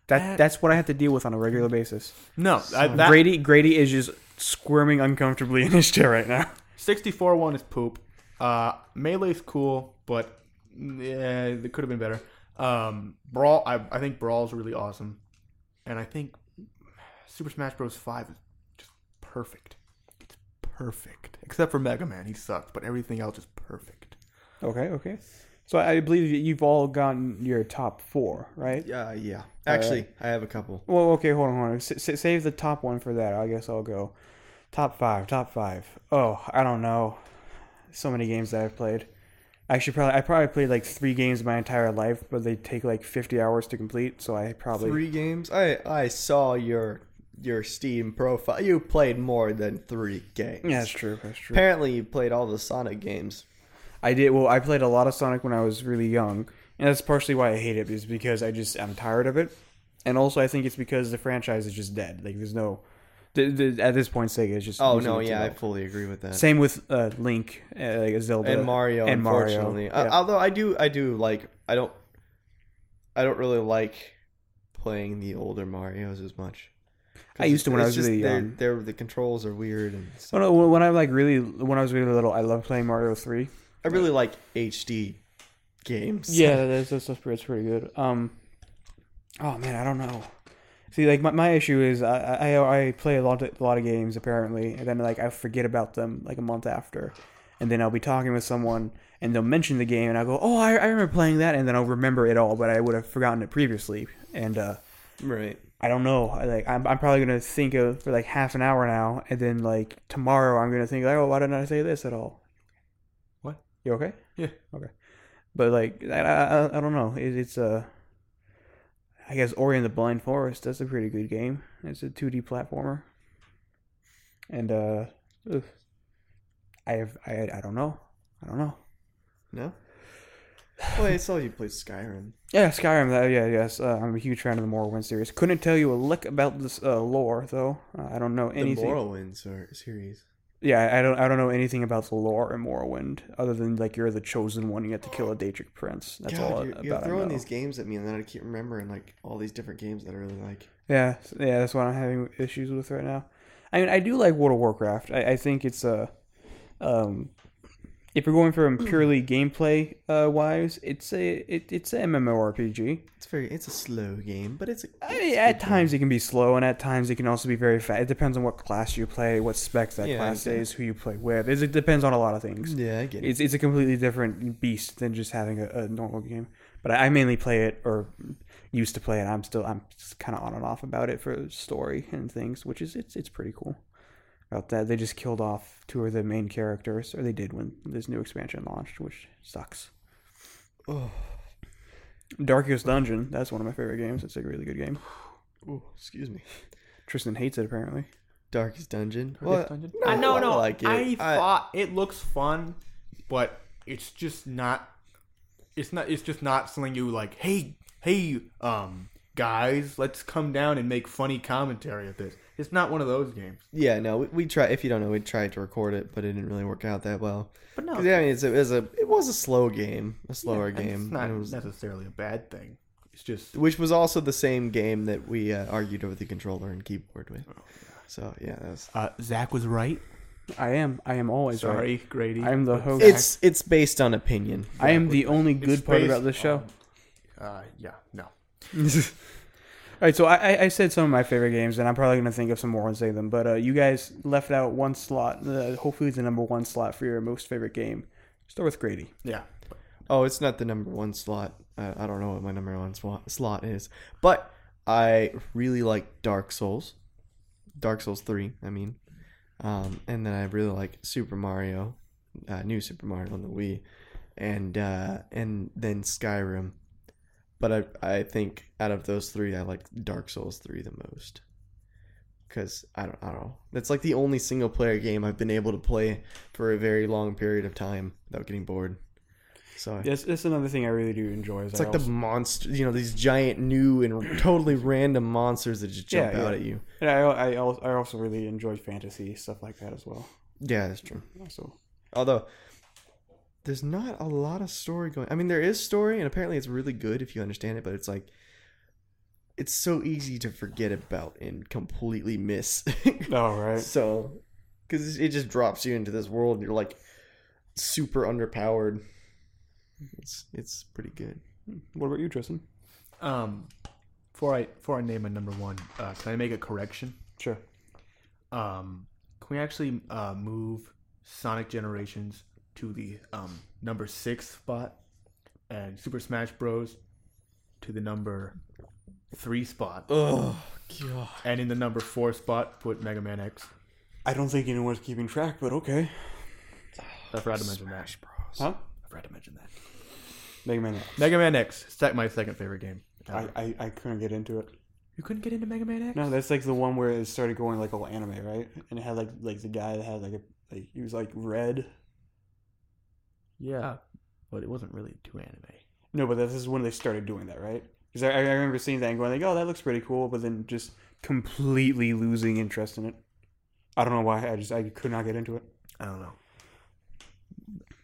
That, that's what I have to deal with on a regular basis. No, I, that Grady Grady is just squirming uncomfortably in his chair right now. sixty-four one is poop. Uh, melee's cool, but yeah, it could have been better. Um, brawl. I, I think brawl's really awesome, and I think Super Smash Bros. Five is just perfect. It's perfect, except for Mega Man. He sucked, but everything else is perfect. Okay, okay. So I believe that you've all gotten your top four, right? Yeah, yeah. Actually, I have a couple. Well, okay, hold on, hold on. S- s- save the top one for that. I guess I'll go top five, top five. Oh, I don't know. So many games that I've played. I should probably I probably played like three games my entire life, but they take like fifty hours to complete. So I probably Three games. I I saw your your Steam profile. You played more than three games. yeah, that's true. That's true. Apparently, you played all the Sonic games. I did well. I played a lot of Sonic when I was really young, and that's partially why I hate it. Is because I just I'm tired of it, and also I think it's because the franchise is just dead. Like there's no The, the, at this point, Sega is just. Oh using no, it to yeah, I help. fully agree with that. Same with uh, Link, uh, like Zelda, and Mario, and Mario. unfortunately. Yeah. Uh, although I do, I do like. I don't. I don't really like playing the older Mario's as much. 'Cause I used to it's- when I was it's just really they're, young. they're- the controls are weird and Oh, stuff. no, when I like really when I was really little, I loved playing Mario three. I really like HD games. Yeah, that's that's, that's, pretty, that's pretty good. Um, oh man, I don't know. See, like my, my issue is I, I I play a lot of, a lot of games apparently, and then like I forget about them like a month after, and then I'll be talking with someone and they'll mention the game and I'll go, oh, I, I remember playing that, and then I'll remember it all, but I would have forgotten it previously, and uh, right. I don't know. I, Like I'm, I'm probably gonna think of for like half an hour now, and then like tomorrow I'm gonna think like, oh, why didn't I say this at all? What? You okay? Yeah. Okay. But like I, I, I- I don't know. It, it's uh, I guess Ori and the Blind Forest. That's a pretty good game. It's a 2D platformer. And uh, oof. I have I I don't know. I don't know. No. Well, I saw you play Skyrim. Yeah, Skyrim. That, yeah, yes. Uh, I'm a huge fan of the Morrowind series. Couldn't tell you a lick about this uh, lore, though. Uh, I don't know anything. The Morrowind ser- series. yeah, I don't. I don't know anything about the lore in Morrowind, other than like you're the chosen one. You have to kill a Daedric prince. That's God, all you're, about. you're I throwing know. these games at me, and then I keep remembering like all these different games that I really like. Yeah, s- yeah, that's what I'm having issues with right now. I mean, I do like World of Warcraft. I, I think it's a, um, if you're going from Hmm. purely gameplay uh, wise, it's a it, it's a MMORPG. It's very. It's a slow game, but it's. A, I it's mean, a at good game. times it can be slow, and at times it can also be very fast. It depends on what class you play, what specs that Yeah, I class understand. is, who you play with. It's, it depends on a lot of things. Yeah, I get it. It's it's a completely different beast than just having a, a normal game. But I, I mainly play it or used to play it. I'm still I'm kind of on and off about it for story and things, which is it's it's pretty cool. About that, they just killed off two of the main characters, or they did when this new expansion launched, which sucks. Oh. Darkest Dungeon, that's one of my favorite games. It's a really good game. Ooh, excuse me. Tristan hates it apparently. Darkest Dungeon. Well, What? I- no, I no. I, like it. I- thought it looks fun, but it's just not. It's not. It's just not something you like. Hey, hey, um, guys, let's come down and make funny commentary of this. It's not one of those games. Yeah, no, we, we try. If you don't know, we tried to record it, but it didn't really work out that well. But no, 'Cause, yeah, I mean, it's a, it was a it was a slow game, a slower and game, It's not and it was- necessarily a bad thing. It's just which was also the same game that we uh, argued over the controller and keyboard with. So yeah, that was, uh, Zach was right. I am. I am always Sorry, Grady. right. I'm the host. it's it's based on opinion. I am the only It's good part based about this show. on- uh, yeah, no. All right, so I, I- I said some of my favorite games, and I'm probably going to think of some more and say them. But uh, you guys left out one slot. Uh, hopefully, the number one slot for your most favorite game. Start with Grady. Yeah, Oh, it's not the number one slot. Uh, I don't know what my number one swa- slot is, but I really like Dark Souls, Dark Souls Three. I mean, um, and then I really like Super Mario, uh, New Super Mario on the Wii, and uh, and then Skyrim. But I I think out of those three, I like Dark Souls Three the most. Cause I don't, I don't know. That's like the only single player game I've been able to play for a very long period of time without getting bored. So I- That's, that's another thing I really do enjoy. Is it's like the monster, you know, these giant new and totally random monsters that just jump Yeah, yeah. out at you. and I, I, al- I also really enjoy fantasy stuff like that as well. Yeah, that's true. So Although there's not a lot of story going. I mean, there is story, and apparently it's really good if you understand it. But it's like it's so easy to forget about and completely miss. all right, so because it just drops you into this world, and you're like super underpowered. It's it's pretty good. what about you, Tristan? Um, before I before I name my number one, uh, can I make a correction? Sure. Um, can we actually uh, move Sonic Generations to the um, number six spot, and Super Smash Bros. to the number three spot, Oh god. and in the number four spot put Mega Man X. I don't think anyone's keeping track, but okay. I forgot to mention that. Huh? I forgot to mention that. Mega Man. X. Mega Man X, it's like my second favorite game. Uh, I, I, I couldn't get into it. you couldn't get into Mega Man X. No, that's like the one where it started going like all anime, right? And it had like like the guy that had like a like he was like red. Yeah, but it wasn't really too anime. No, but this is when they started doing that, right? Because I, I remember seeing that and going like, "Oh, that looks pretty cool," but then just completely losing interest in it. I don't know why. I just I could not get into it. I don't know.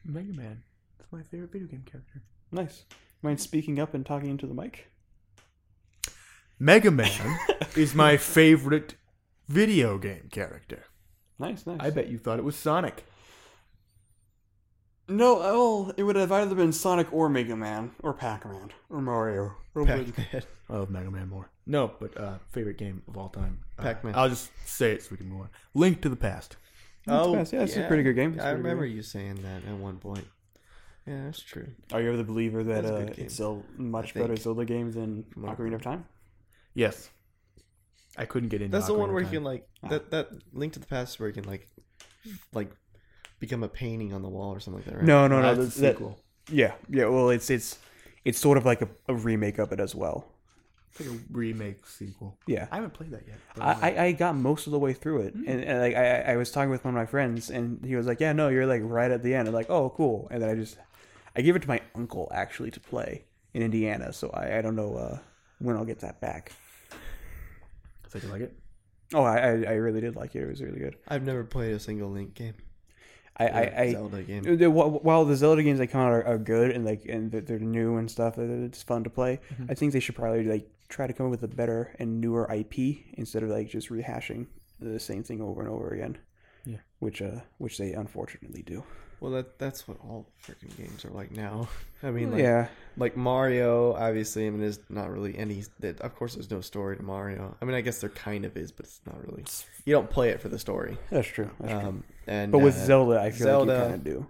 Mega Man. It's my favorite video game character. Nice. Mind speaking up and talking into the mic? Mega Man is my favorite video game character. Nice, nice. I bet you thought it was Sonic. No, well, it would have either been Sonic or Mega Man or Pac Man or Mario. Or Pac- Pac-Man. I love Mega Man more. No, but uh, favorite game of all time. Uh, Pac-Man. I'll just say it so we can move on. Link to the Past. Oh, yeah, it's a pretty good game. It's I a pretty good remember you saying that at one point. Yeah, that's true. Are you ever the believer that That's a uh, good game, it's a much think. better Zelda game than Ocarina of Time? Yes. I couldn't get into. That's the Ocarina one of where you Time. can like Ah. that that Link to the Past is where you can like like become a painting on the wall or something like that, right? No, no, no. That's the that- sequel. yeah, yeah. Well, it's it's it's sort of like a, a remake of it as well. It's like a remake sequel. Yeah. I haven't played that yet. but, uh, I, I- I got most of the way through it, and, and like I, I was talking with one of my friends, and he was like, "Yeah, no, you're like right at the end." I'm like, "Oh, cool." And then I just I gave it to my uncle actually to play in Indiana, so I, I don't know uh, when I'll get that back. so you like it? Oh, I, I I really did like it. It was really good. I've never played a single Link game. I I, Or I Zelda game. the- wh- while the Zelda games that come out are, are good and like and they're, they're new and stuff, and it's fun to play. I think they should probably like try to come up with a better and newer IP instead of like just rehashing the same thing over and over again. Yeah. which uh, which they unfortunately do. Well, that that's what all freaking games are like now. I mean, like, yeah, like Mario, obviously. I mean, there's not really any. That of course, there's no story to Mario. I mean, I guess there kind of is, but it's not really. You don't play it for the story. that's true. That's true. Um, and But with uh, Zelda, I feel like Zelda- you kind of do.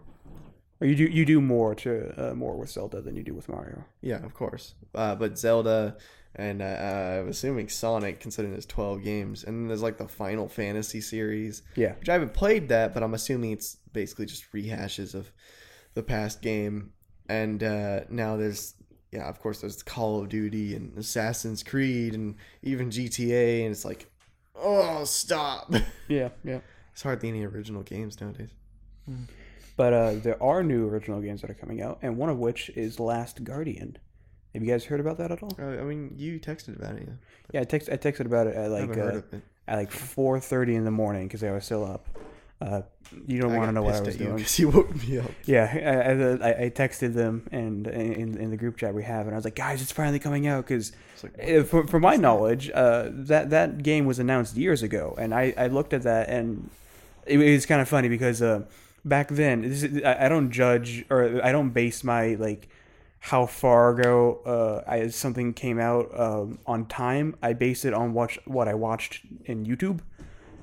Or you do you do more to uh, more with Zelda than you do with Mario. yeah, of course. Uh, but Zelda, and uh, uh, I'm assuming Sonic, considering there's 12 games, and then there's like the Final Fantasy series, Yeah, which I haven't played that, but I'm assuming it's basically just rehashes of the past game. And uh, now there's, yeah, of course, there's Call of Duty and Assassin's Creed and even GTA, and it's like, oh, stop. yeah, yeah. it's hardly any original games nowadays. But uh, there are new original games that are coming out, and one of which is Last Guardian. Have you guys heard about that at all? Uh, I mean, you texted about it. Yeah. Yeah, I, text, I texted about it at I like haven't heard uh, of it. at like four thirty in the morning because I was still up. Uh, you don't I want to got know what I pissed was at you doing. 'cause you woke me up. Yeah, I- I, I, I texted them and in, in the group chat we have, and I was like, guys, it's finally coming out because, like, for, for my knowledge, uh, that that game was announced years ago, and I, I looked at that and it, was kind of funny because uh, back then this is, I, I don't judge or I don't base my like how far ago uh, I, something came out um, on time. I base it on watch what I watched in YouTube.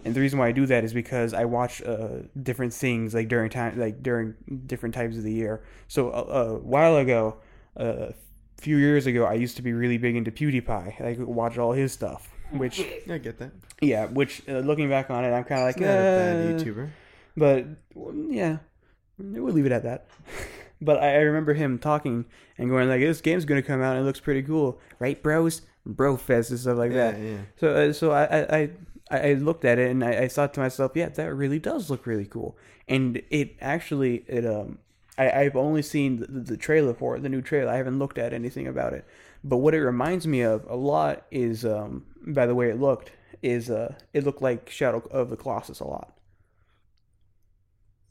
And the reason why I do that is because I watch uh, different things like during time, like during different times of the year. So uh, a while ago, a few years ago, I used to be really big into PewDiePie. I could watch all his stuff, which I get that. yeah, which uh, looking back on it, I'm kind of like Not a "Eh." bad YouTuber. But well, yeah, we'll leave it at that. but I, I remember him talking and going like, "This game's gonna come out and it looks pretty cool, right, bros? Bro fest and stuff like Yeah, that." yeah. So uh, so I I. I I I looked at it and I, I thought to myself, "Yeah, that really does look really cool." And it actually, it um, I, I've only seen the, the trailer for it, the new trailer. I haven't looked at anything about it. But what it reminds me of a lot is, um, by the way it looked, is uh, it looked like Shadow of the Colossus a lot.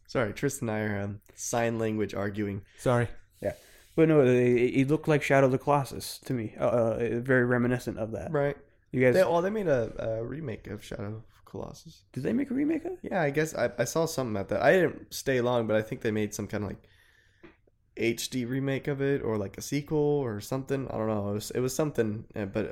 Sorry, Tristan and I are um, sign language arguing. Sorry. Yeah, but no, it, it it looked like Shadow of the Colossus to me. Uh, uh, very reminiscent of that. Right. You guys, They, well, they made a, a remake of Shadow of Colossus. did they make a remake of? it? Yeah, I guess I, I saw something about that. I didn't stay long, but I think they made some kind of like HD remake of it or like a sequel or something. I don't know. It was, it was something, uh, but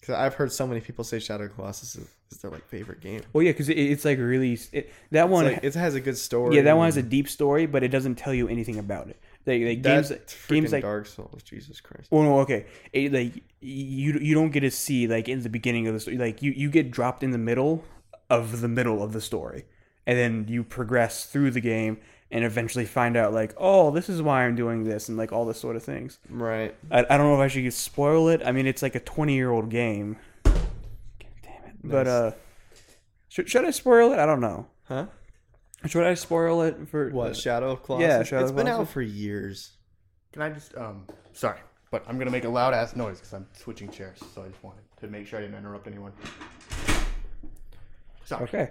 because I've heard so many people say Shadow of Colossus is, is their like favorite game. Well, yeah, because it, it's like really it, that It's one. like, it has a good story. yeah, that one has a deep story, but it doesn't tell you anything about it. Like, like That's games, freaking games like Dark Souls. Jesus Christ. Well, no, okay. It, like you, you don't get to see like in the beginning of the story. Like you, you get dropped in the middle of the middle of the story, and then you progress through the game and eventually find out like, oh, this is why I'm doing this, and like all this sort of things. Right. I, I don't know if I should spoil it. I mean, it's like a 20 year old game. God damn it! But Nice. uh, should should I spoil it? I don't know. Huh? Should I spoil it for What? Shadow of Colossus? Shadow it's of been out Colossus. for years. Can I just um? Sorry. But I'm gonna make a loud ass noise because I'm switching chairs, so I just wanted to make sure I didn't interrupt anyone. Sorry. Okay.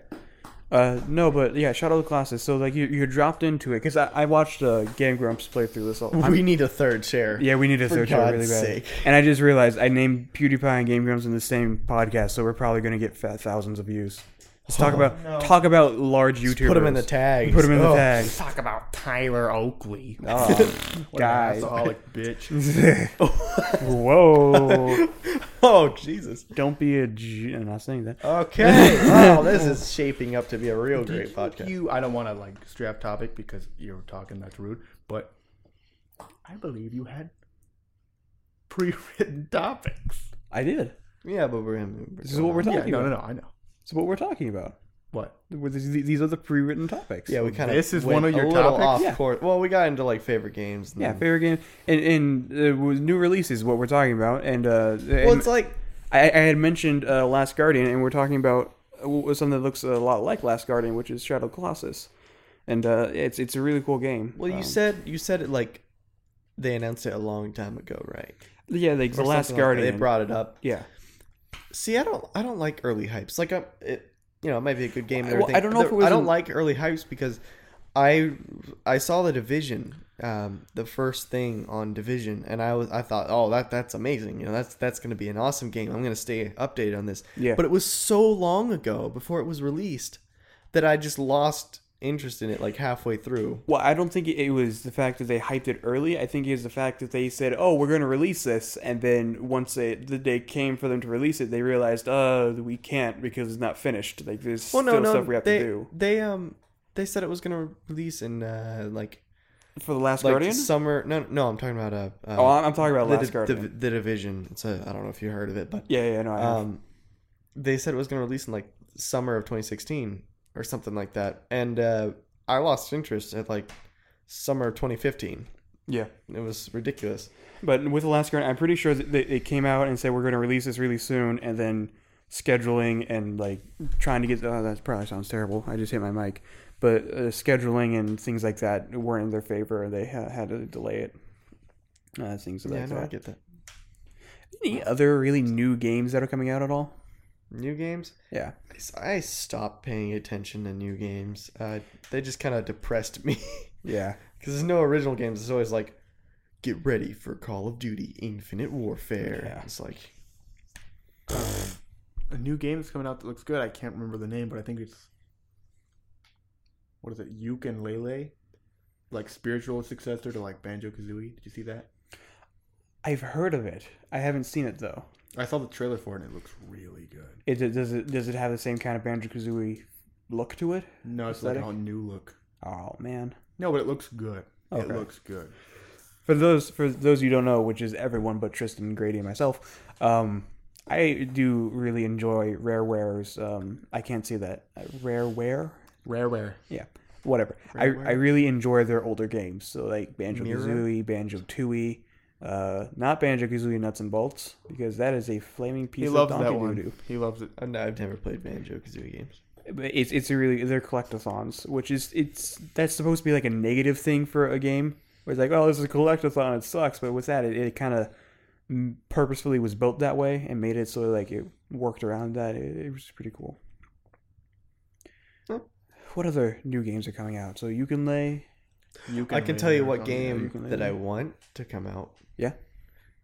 Uh, no, but yeah, shout out to classes. So like you, you're dropped into it because I, I watched uh, Game Grumps play through this. All, I'm- we need a third chair. yeah, we need to For search out really God's bad. sake. And I just realized I named PewDiePie and Game Grumps in the same podcast, so we're probably gonna get fa- thousands of views. Let's talk about talk about large YouTubers. Oh, Put them in the Oh, tag. Put 'em in the tag. Talk about Tyler Oakley. What Guy. an alcoholic bitch. Whoa! Oh Jesus. Don't be a. G- I'm not saying that. Okay. wow, this Oh. is shaping up to be a real great podcast. You, I don't want to like strap topic because you're talking. That's rude. But I believe you had pre-written topics. I did. Yeah, but we're in. This is what we're talking Yeah, no, about. no, no. I know. This is what we're talking about. What? With these- These are the pre-written topics. Yeah, we kind of. This is one of your a little topics? Off Yeah. course. Well, we got into like favorite games. And Yeah, then- fair game. And, and uh, with new releases, what we're talking about. And, uh, Well, and it's like I, I had mentioned uh, Last Guardian, and we're talking about uh, w- something that looks a lot like Last Guardian, which is Shadow Colossus. And uh, it's it's a really cool game. Well, you Um, said you said it like they announced it a long time ago, right? yeah, like the Or Last something like that. Guardian. they brought it up. yeah, See, I don't I don't like early hypes. Like I, it, you know, it might be a good game. And Well, everything. I don't know if it was I don't in- like early hypes because I I saw the division, um, the first thing on division, and I was I thought, oh, that that's amazing. You know, that's that's going to be an awesome game. I'm going to stay updated on this. Yeah. But it was so long ago before it was released that I just lost interest in it like halfway through. Well, I don't think it it was the fact that they hyped it early. I think it was the fact that they said, "Oh, we're going to release this," and then once they, the day came for them to release it, they realized, "Uh, we can't because it's not finished. Like there's Well, no, still no, stuff we have they, to do They um they said it was gonna release in uh like for the Last like Guardian." summer. No, no, I'm talking about uh, uh oh, I'm, I'm talking about the, Last Div- Guardian. Div- the division. It's a I don't know if you heard of it, but yeah, yeah, no, I have. um they said it was gonna release in like summer of 2016 or something like that, and uh I lost interest at like summer of 2015. yeah. It was ridiculous. But with the Last Guardian, I'm pretty sure that they, they came out and said we're going to release this really soon, and then scheduling and like trying to get. Oh, that probably sounds terrible. I just hit my mic. But uh, scheduling and things like that weren't in their favor, and they ha- had to delay it. Uh, things like Yeah, no, I that. get that. Any other really new games that are coming out at all? New games. Yeah. I s- I stopped paying attention to new games. Uh, they just kind of depressed me. Yeah. Because there's no original games. It's always like, get ready for Call of Duty Infinite Warfare. Yeah. It's like, A new game is coming out that looks good. I can't remember the name, but I think it's what is it? Yuke and Lele, like spiritual successor to like Banjo Kazooie. Did you see that? I've heard of it. I haven't seen it though. I saw the trailer for it. and It looks really good. It, it- does it does it have the same kind of Banjo Kazooie look to it? No, it's like Aesthetic? a new look. Oh man. No, but it looks good. It Okay. looks good. For those for those you don't know, which is everyone but Tristan, Grady, and myself, um, I do really enjoy Rareware's. Um, I can't say that Uh, Rareware. Rareware. Yeah, whatever. I, I really enjoy their older games. So like Banjo Kazooie, Banjo Tooie, uh, not Banjo Kazooie Nuts and Bolts because that is a flaming piece He of loves donkey that one. doo-doo. He loves it. oh, no, I've never played Banjo Kazooie games. But It's it's a really they're collectathons, which is it's that's supposed to be like a negative thing for a game. Where it's like, oh, this is a collectathon, it sucks. But with that, it, it kind of purposefully was built that way and made it so like it worked around that. It, it was pretty cool. Huh. What other new games are coming out? So you can lay, Yuke I and can Lele tell you or what something. game ukulele. that I want to come out. yeah,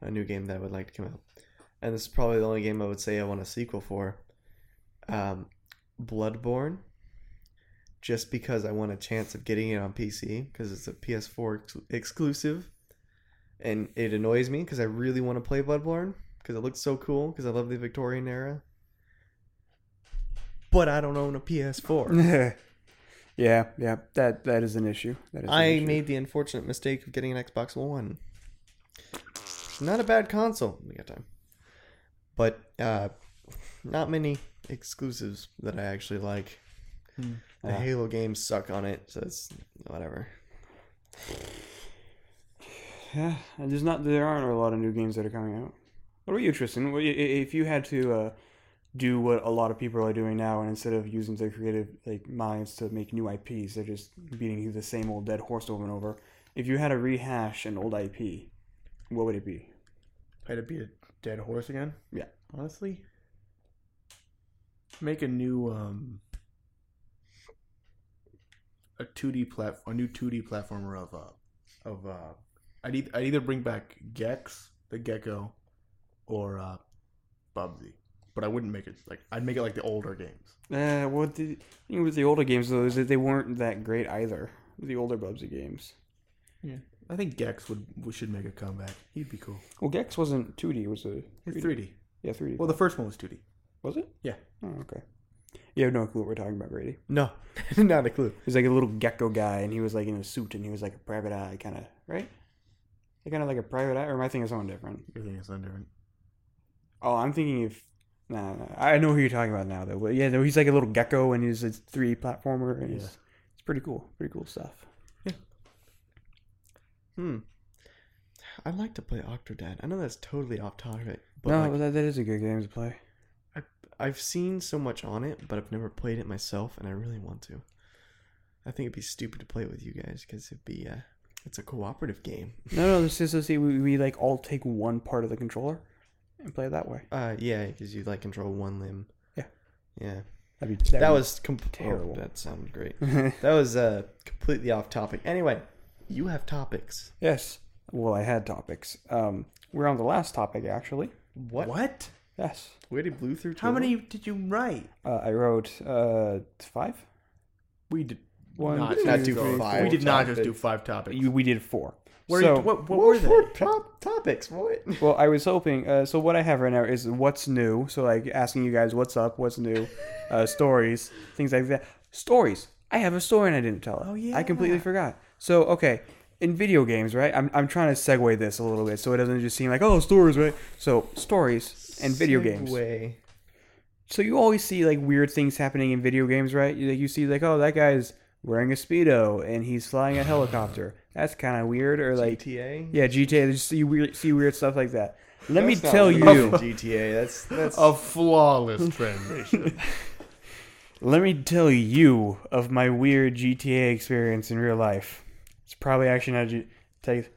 A new game that I would like to come out. And this is probably the only game I would say I want a sequel for. Um, Bloodborne. Just because I want a chance of getting it on PC because it's a PS4 ex- exclusive. And it annoys me because I really want to play Bloodborne because it looks so cool because I love the Victorian era. But I don't own a PS4. yeah, yeah. That that is an issue. That is. An I issue. made the unfortunate mistake of getting an Xbox One. It's not a bad console. We got time. But uh, not many exclusives that I actually like. The Hmm. Yeah. Halo games suck on it, so it's whatever. Yeah, and there's not there aren't a lot of new games that are coming out. What about you, Tristan? What- i- i- If you had to uh, do what a lot of people are doing now, and instead of using their creative like minds to make new IPs, they're just beating the same old dead horse over and over. If you had to rehash an old IP, what would it be? Had to beat a dead horse again. Yeah. Honestly, make a new um a two D plat a new two D platformer of uh of uh I'd, e- I'd either bring back Gex the Gecko or uh Bubsy, but I wouldn't make it like I'd make it like the older games. Uh, what the thing with the older games though is that they weren't that great either. The older Bubsy games. I think Gex would we should make a comeback. He'd be cool. Well, Gex wasn't 2D. It was a It's three D. yeah 3D. Well, the first one was two D. was it? yeah. Oh, okay. You have no clue what we're talking about, Brady. No, not a clue. He was like a little gecko guy, and he was like in a suit, and he was like a private eye kind of, right? Like kind of like a private eye, or am I thinking of someone different? You're thinking something different. Oh, I'm thinking of. Nah, nah, I know who you're talking about now, though. But yeah, though he's like a little gecko, and he's a 3D platformer, and Yeah. he's, it's pretty cool. Pretty cool stuff. Hmm. I'd like to play Octodad. I know that's totally off topic, but no, like, but that, that is a good game to play. I've seen so much on it, but I've never played it myself, and I really want to. I think it'd be stupid to play it with you guys because it'd be uh, it's a cooperative game. No, no, this is so see, we, we like all take one part of the controller and play it that way. Uh, yeah, because you like control one limb. Yeah. yeah. That'd be, That was com- oh, terrible. that sounded great. was That was uh completely off topic. Anyway, you have topics. yes. Well, I had topics. Um, we're on the last topic actually. What? What? Yes, We already blew through. How two? many did you write? uh, I wrote uh five. We did One, not, two, not do three, five. We did not just topics. do five topics. You, we did four. Where so, you, what, what What were were they? four top topics? What? Well, I was hoping. Uh, so what I have right now is what's new. So like asking you guys what's up, what's new, uh, stories, things like that. Stories. I have a story and I didn't tell it. Oh, yeah. I completely forgot. So okay, in video games, right? I'm I'm trying to segue this a little bit so it doesn't just seem like oh stories, right? So stories and video games Way. so you always see like weird things happening in video games, right? You, like you see like, oh, that guy's wearing a speedo and he's flying a helicopter. That's kind of weird. Or like, GTA. yeah, GTA. You just see weird, see weird stuff like that. Let me That's not tell really you. Oh, GTA. That's that's A flawless transition. Let me tell you of my weird GTA experience in real life. It's probably actually not. G- take.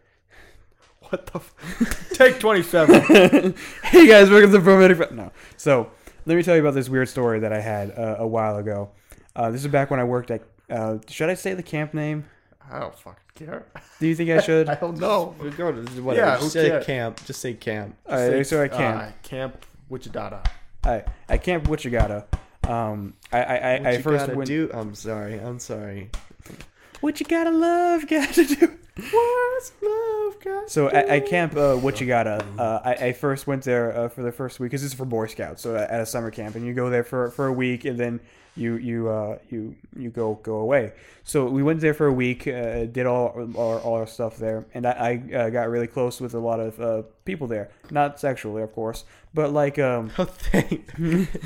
what the? F- Take twenty-seven. hey guys, welcome to Promoted. Fr- No, so let me tell you about this weird story that I had uh, a while ago. Uh, this is back when I worked at. Uh, should I say the camp name? I don't fucking care. Do you think I should? I don't know. regardless. Whatever. Yeah, just who say cares? camp. Just say camp. All right, so I camp. Uh, camp Wichita. I at Camp Wichigata. Um, I I, I, What I you first gotta went. do. I'm sorry. I'm sorry. What you gotta love, gotta do. What's love got? So at, at Camp uh, Wichigata, uh, I, I first went there uh, for the first week because it's for Boy Scouts, so at a summer camp, and you go there for, for a week, and then you you uh, you you go go away. So we went there for a week, uh, did all our, all our stuff there, and I, I uh, got really close with a lot of uh, people there, not sexually, of course, but like um, Oh, thank.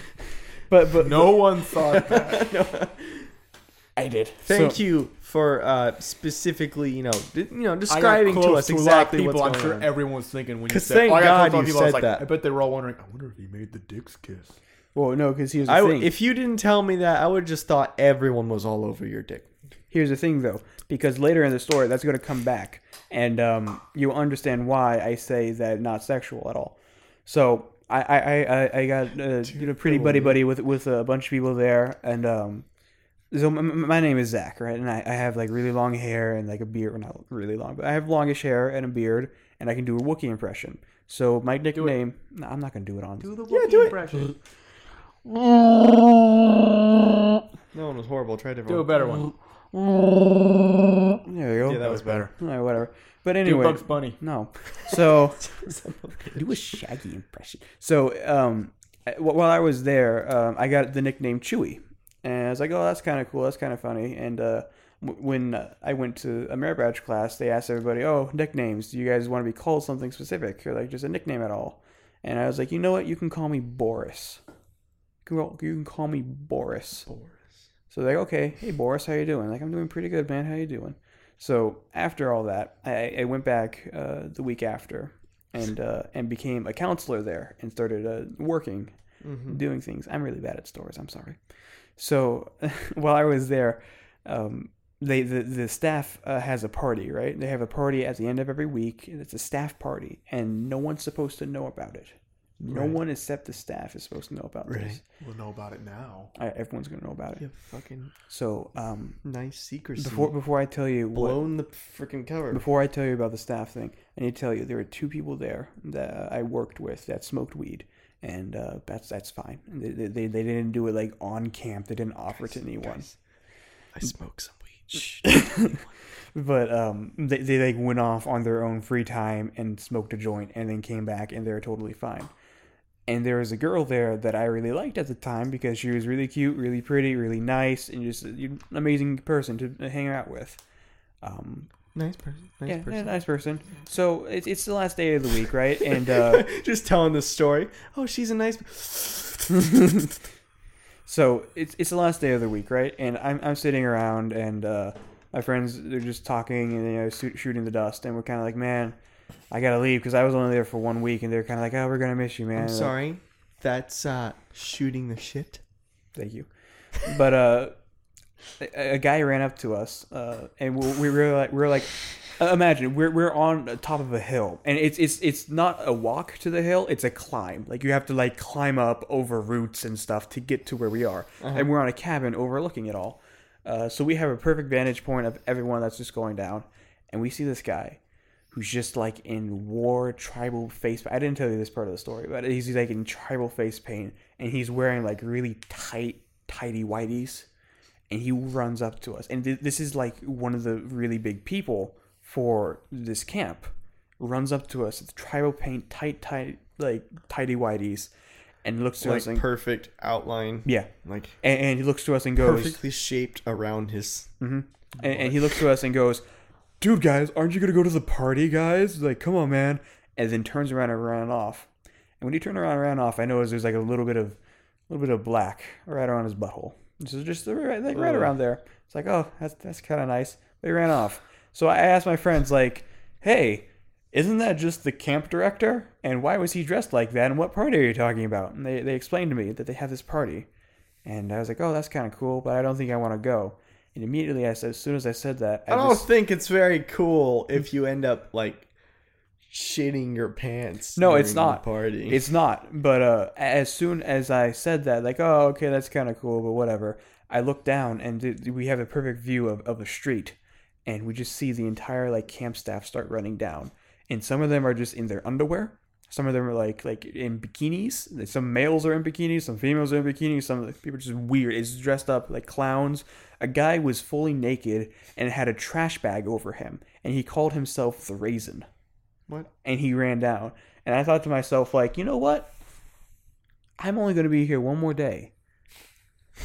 but but No one thought that. I did. Thank you for uh, specifically, you know, d- you know, I got describing to close us a lot of exactly people. what's going I'm sure on. everyone was thinking when you 'Cause said. thank oh, I got close a God lot of you people. I was said like, that. I bet they were all wondering. I wonder if he made the dicks kiss. Well, no, because here's the I thing. w- if you didn't tell me that, I would just thought everyone was all over your dick. Here's the thing, though, because later in the story, that's going to come back, and um, you'll understand why I say that not sexual at all. So I I, I- I, I got uh, you know pretty buddy buddy with with a bunch of people there, and um, so my, my name is Zach, right? And I, I have like really long hair and like a beard, well, not really long, but I have longish hair and a beard, and I can do a Wookiee impression. So my nickname, no, I'm not going to do it on. the yeah, do impression. No one was horrible. Try Do a different. better one. There you go. Yeah, that was better. All right, whatever. But Do anyway, Bugs Bunny. No. So do a Shaggy impression. So um, I- wh- while I was there, um, I got the nickname Chewy, and I was like, "Oh, that's kind of cool. That's kind of funny." And uh, w- when uh, I went to Ameribadge class, they asked everybody, "Oh, nicknames? Do you guys want to be called something specific, or like just a nickname at all?" And I was like, "You know what? You can call me Boris. You can call- you can call me Boris." So they're like, okay, hey Boris, how you doing? Like, I'm doing pretty good, man. How you doing? So after all that, I, I went back uh, the week after and uh, and became a counselor there and started uh, working, doing things. I'm really bad at stores. I'm sorry. So while I was there, um, they the, the staff uh, has a party, right? They have a party at the end of every week, and it's a staff party, and no one's supposed to know about it. No Right. one except the staff is supposed to know about this. Right. We'll know about it now. I, everyone's gonna know about it. Yeah, fucking So, um, nice secrecy. before before I tell you what, blown the freaking cover. before I tell you about the staff thing, I need to tell you there were two people there that I worked with that smoked weed, and uh, that's that's fine. They, they, they they didn't do it like on camp. They didn't offer it to anyone. guys, I smoke some weed. Shh. But um, they, they like went off on their own free time and smoked a joint, and then came back and they were totally fine. And there was a girl there that I really liked at the time because she was really cute, really pretty, really nice, and just an amazing person to hang out with. Um, nice person. Nice yeah, yeah, person. nice person. So it's, it's the last day of the week, right? And uh, Just telling this story. Oh, she's a nice. so it's it's the last day of the week, right? And I'm I'm sitting around and uh, my friends they're just talking and you know shoot, shooting the dust, and we're kind of like, man, I gotta leave because I was only there for one week, and they're kind of like, oh, we're gonna miss you, man. I'm Like, sorry. That's uh, shooting the shit. Thank you. But uh, a, a guy ran up to us, uh, and we, we were like, we were like, uh, imagine we're we're on the top of a hill, and it's it's it's not a walk to the hill; it's a climb. Like you have to like climb up over roots and stuff to get to where we are, and we're on a cabin overlooking it all. Uh, so we have a perfect vantage point of everyone that's just going down, and we see this guy who's just like in war tribal face. I didn't tell you this part of the story, but he's like in tribal face paint, and he's wearing like really tight, tidy whiteys, and he runs up to us. And th- this is like one of the really big people for this camp. Runs up to us, it's tribal paint, tight, tight, like tidy whiteys, and looks to us and perfect outline. yeah, Like and, and he looks to us and goes, perfectly shaped around his. and, and he looks to us and goes, "Dude, guys, aren't you gonna go to the party, guys? Like, come on, man!" And then turns around and ran off. And when he turned around and ran off, I noticed there's like a little bit of, a little bit of black right around his butthole. This is just right, like right around there. It's like, oh, that's that's kind of nice. They ran off. So I asked my friends, like, "Hey, isn't that just the camp director? And why was he dressed like that? And what party are you talking about?" And they they explained to me that they have this party. And I was like, "Oh, that's kind of cool, but I don't think I want to go." And immediately, I said, as soon as I said that, I, I don't just, think it's very cool if you end up like shitting your pants. No, during it's the not. party. it's not. But uh, as soon as I said that, like, "Oh, okay, that's kind of cool, but whatever," I looked down and th- we have a perfect view of of a street, and we just see the entire like camp staff start running down, and some of them are just in their underwear. Some of them are like like in bikinis. Some males are in bikinis. Some females are in bikinis. Some of the people are just weird. It's dressed up like clowns. A guy was fully naked and had a trash bag over him, and he called himself the Raisin. What? And he ran down, and I thought to myself, like, you know what? I'm only going to be here one more day,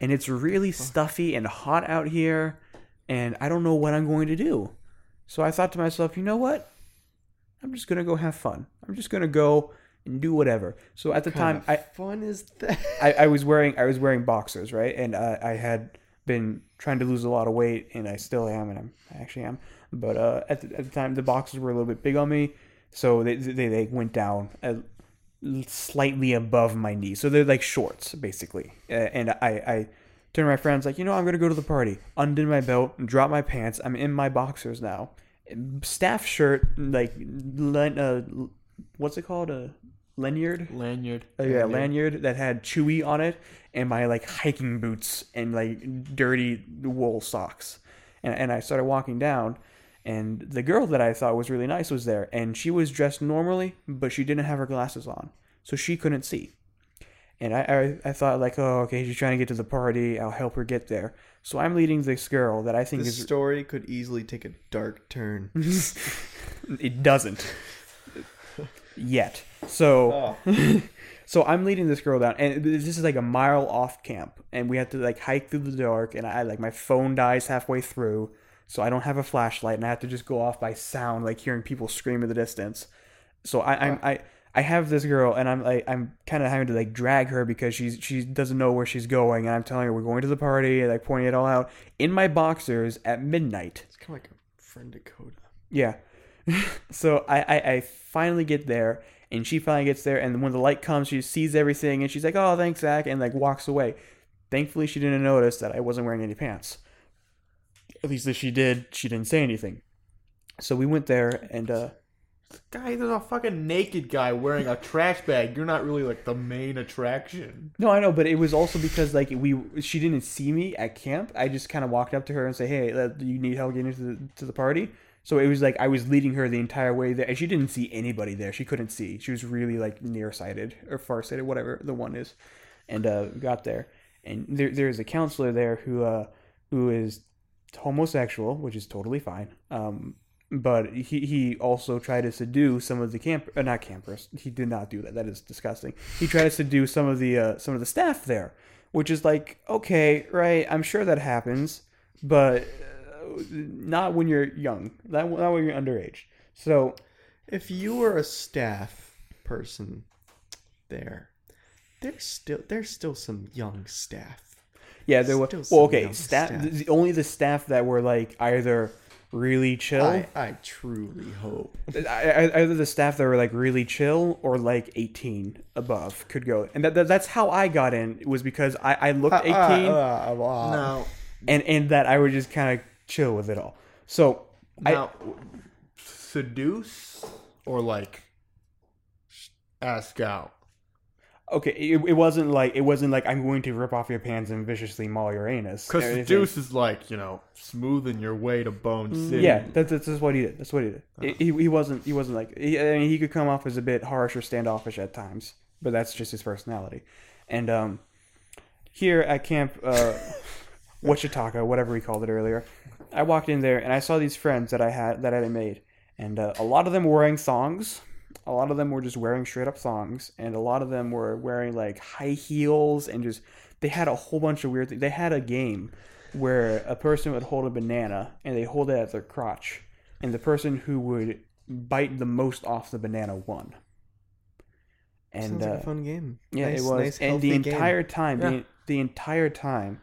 and it's really stuffy and hot out here, and I don't know what I'm going to do. So I thought to myself, you know what? I'm just gonna go have fun. I'm just gonna go and do whatever. So at the time, I, fun is that? I I was wearing I was wearing boxers, right? And uh, I had been trying to lose a lot of weight, and I still am, and I'm I actually am. But uh, at the, at the time, the boxers were a little bit big on me, so they they, they went down uh slightly above my knee. So they're like shorts basically. Uh, and I I turned to my friends like, you know, I'm gonna go to the party. Undid my belt, drop my pants. I'm in my boxers now. Staff shirt, like, len- uh, what's it called? A lanyard? Lanyard. Uh, yeah, lanyard that had Chewy on it, and my like hiking boots and like dirty wool socks, and and I started walking down, and the girl that I thought was really nice was there, and she was dressed normally, but she didn't have her glasses on, so she couldn't see, and I I, I thought like oh okay she's trying to get to the party I'll help her get there, so I'm leading this girl that I think The is story could easily take a dark turn. Mm-hmm. it doesn't yet so. So I'm leading this girl down, and this is like a mile off camp, and we have to like hike through the dark, and I like my phone dies halfway through, so I don't have a flashlight, and I have to just go off by sound, like hearing people scream in the distance. So I I'm, I I have this girl, and I'm like I'm kind of having to like drag her because she's she doesn't know where she's going, and I'm telling her we're going to the party, and like pointing it all out in my boxers at midnight. It's kind of like a friend of Coda. Yeah. so I, I, I finally get there, and she finally gets there, and when the light comes, she sees everything, and she's like, "Oh, thanks, Zach," and like walks away. Thankfully, she didn't notice that I wasn't wearing any pants. At least if she did, she didn't say anything. So we went there, and uh, Guy, there's a fucking naked guy wearing a trash bag. You're not really like the main attraction. no, I know, but it was also because like we she didn't see me at camp. I just kind of walked up to her and say, "Hey, uh, you need help getting into the to the party." So it was like I was leading her the entire way there, and she didn't see anybody there. She couldn't see. She was really like nearsighted or farsighted, whatever the one is, and uh, got there. And there there is a counselor there who uh, who is homosexual, which is totally fine. Um, but he, he also tried to subdue some of the camp uh, not campers. He did not do that. That is disgusting. He tried to subdue some of the uh, some of the staff there, which is like okay, right? I'm sure that happens, but uh, not when you're young. Not, not when you're underage. So If you were a staff person there, there's still there's still some young staff. yeah, there was Still well some okay young staff. staff. The, only the staff that were like either really chill. I, I truly hope. I- I- either the staff that were like really chill or like 18 above could go and that, that, that's how i got in was because i, I looked 18 Uh, uh, uh, Now, and and that i would just kind of chill with it all so I- now, seduce or like ask out. okay it, it wasn't like it wasn't like i'm going to rip off your pants and viciously maul your anus Because or anything. seduce is like you know smoothing your way to Bone Mm, City. yeah that, that's, that's what he did that's what he did Uh-huh. he, he- he wasn't he wasn't like he, I mean, he could come off as a bit harsh or standoffish at times but that's just his personality and um here at camp uh, Wichita, whatever we called it earlier, I walked in there and I saw these friends that I had that I had made, and uh, a lot of them were wearing thongs. A lot of them were just wearing straight up thongs, and a lot of them were wearing like high heels and just they had a whole bunch of weird things. They had a game where a person would hold a banana and they hold it at their crotch, and the person who would bite the most off the banana won. And Sounds like uh, a fun game. yeah, Nice- it was. nice, and healthy the game. entire time, Yeah. the, the entire time,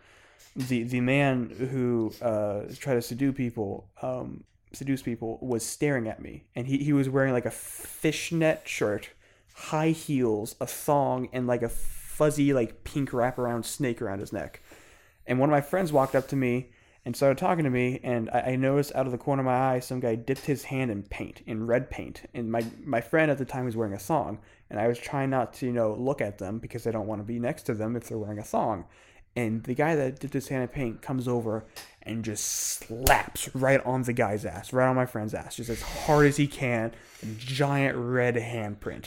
the the man who uh, tried to seduce people, um, seduce people, was staring at me, and he, he was wearing like a fishnet shirt, high heels, a thong, and like a fuzzy like pink wraparound snake around his neck. And one of my friends walked up to me and started talking to me, and I, I noticed out of the corner of my eye some guy dipped his hand in paint, in red paint. And my, my friend at the time was wearing a thong, and I was trying not to, you know, look at them because I don't want to be next to them if they're wearing a thong. And the guy that dipped his hand in paint comes over and just slaps right on the guy's ass, right on my friend's ass, just as hard as he can, a giant red handprint.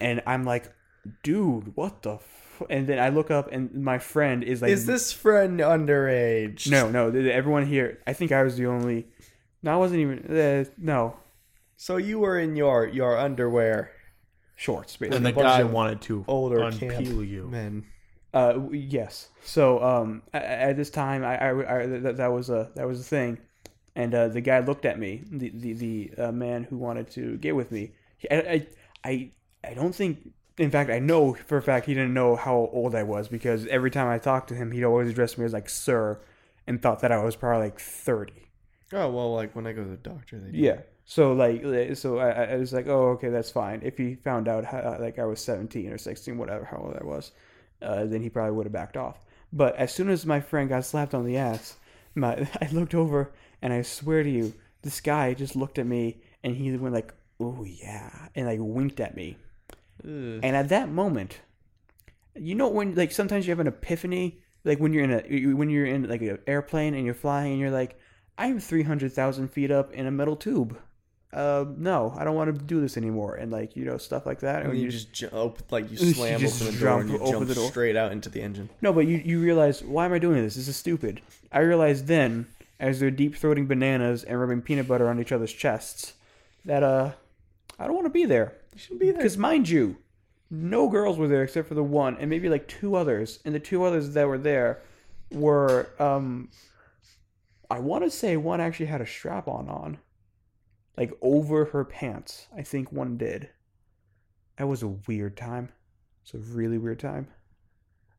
And I'm like, dude, what the? F-? And then I look up, and my friend is like Is this friend underage? no, no. th- th- Everyone here. I think I was the only. No, I wasn't even. Uh, no, So you were in your your underwear. shorts. And Basically. the bunch guy of wanted to older camp unpeel you. Men. Uh, w- yes. So um, a- a- at this time, I, I, I that, that was a that was a thing, and uh, the guy looked at me, the the, the uh, man who wanted to get with me. He, I, I I I don't think. In fact, I know for a fact he didn't know how old I was because every time I talked to him, he'd always address me as like "sir," and thought that I was probably like thirty. Oh well, like when I go to the doctor, they do. Yeah. So like, li- so I, I- I was like, oh, okay, that's fine. If he found out how, uh, like I was seventeen or sixteen, whatever, how old I was, uh, then he probably would have backed off. But as soon as my friend got slapped on the ass, my I looked over and I swear to you, this guy just looked at me and he went like, oh yeah, and like winked at me. Ugh. And at that moment, you know when like sometimes you have an epiphany, like when you're in a when you're in like an airplane and you're flying and you're like, I'm three hundred thousand feet up in a metal tube. Uh, no, I don't want to do this anymore, and like you know stuff like that. And And you, you just jump, like you You slam just open the door and you jump open jump the door. straight out into the engine. no, but you you realize why am I doing this? This is stupid. I realized then as they're deep throating bananas and rubbing peanut butter on each other's chests that uh, I don't want to be there. You should be there. Because mind you, no girls were there except for the one, and maybe like two others. And the two others that were there were, um, I want to say one actually had a strap on on, like over her pants. I think one did. That was a weird time. It's a really weird time.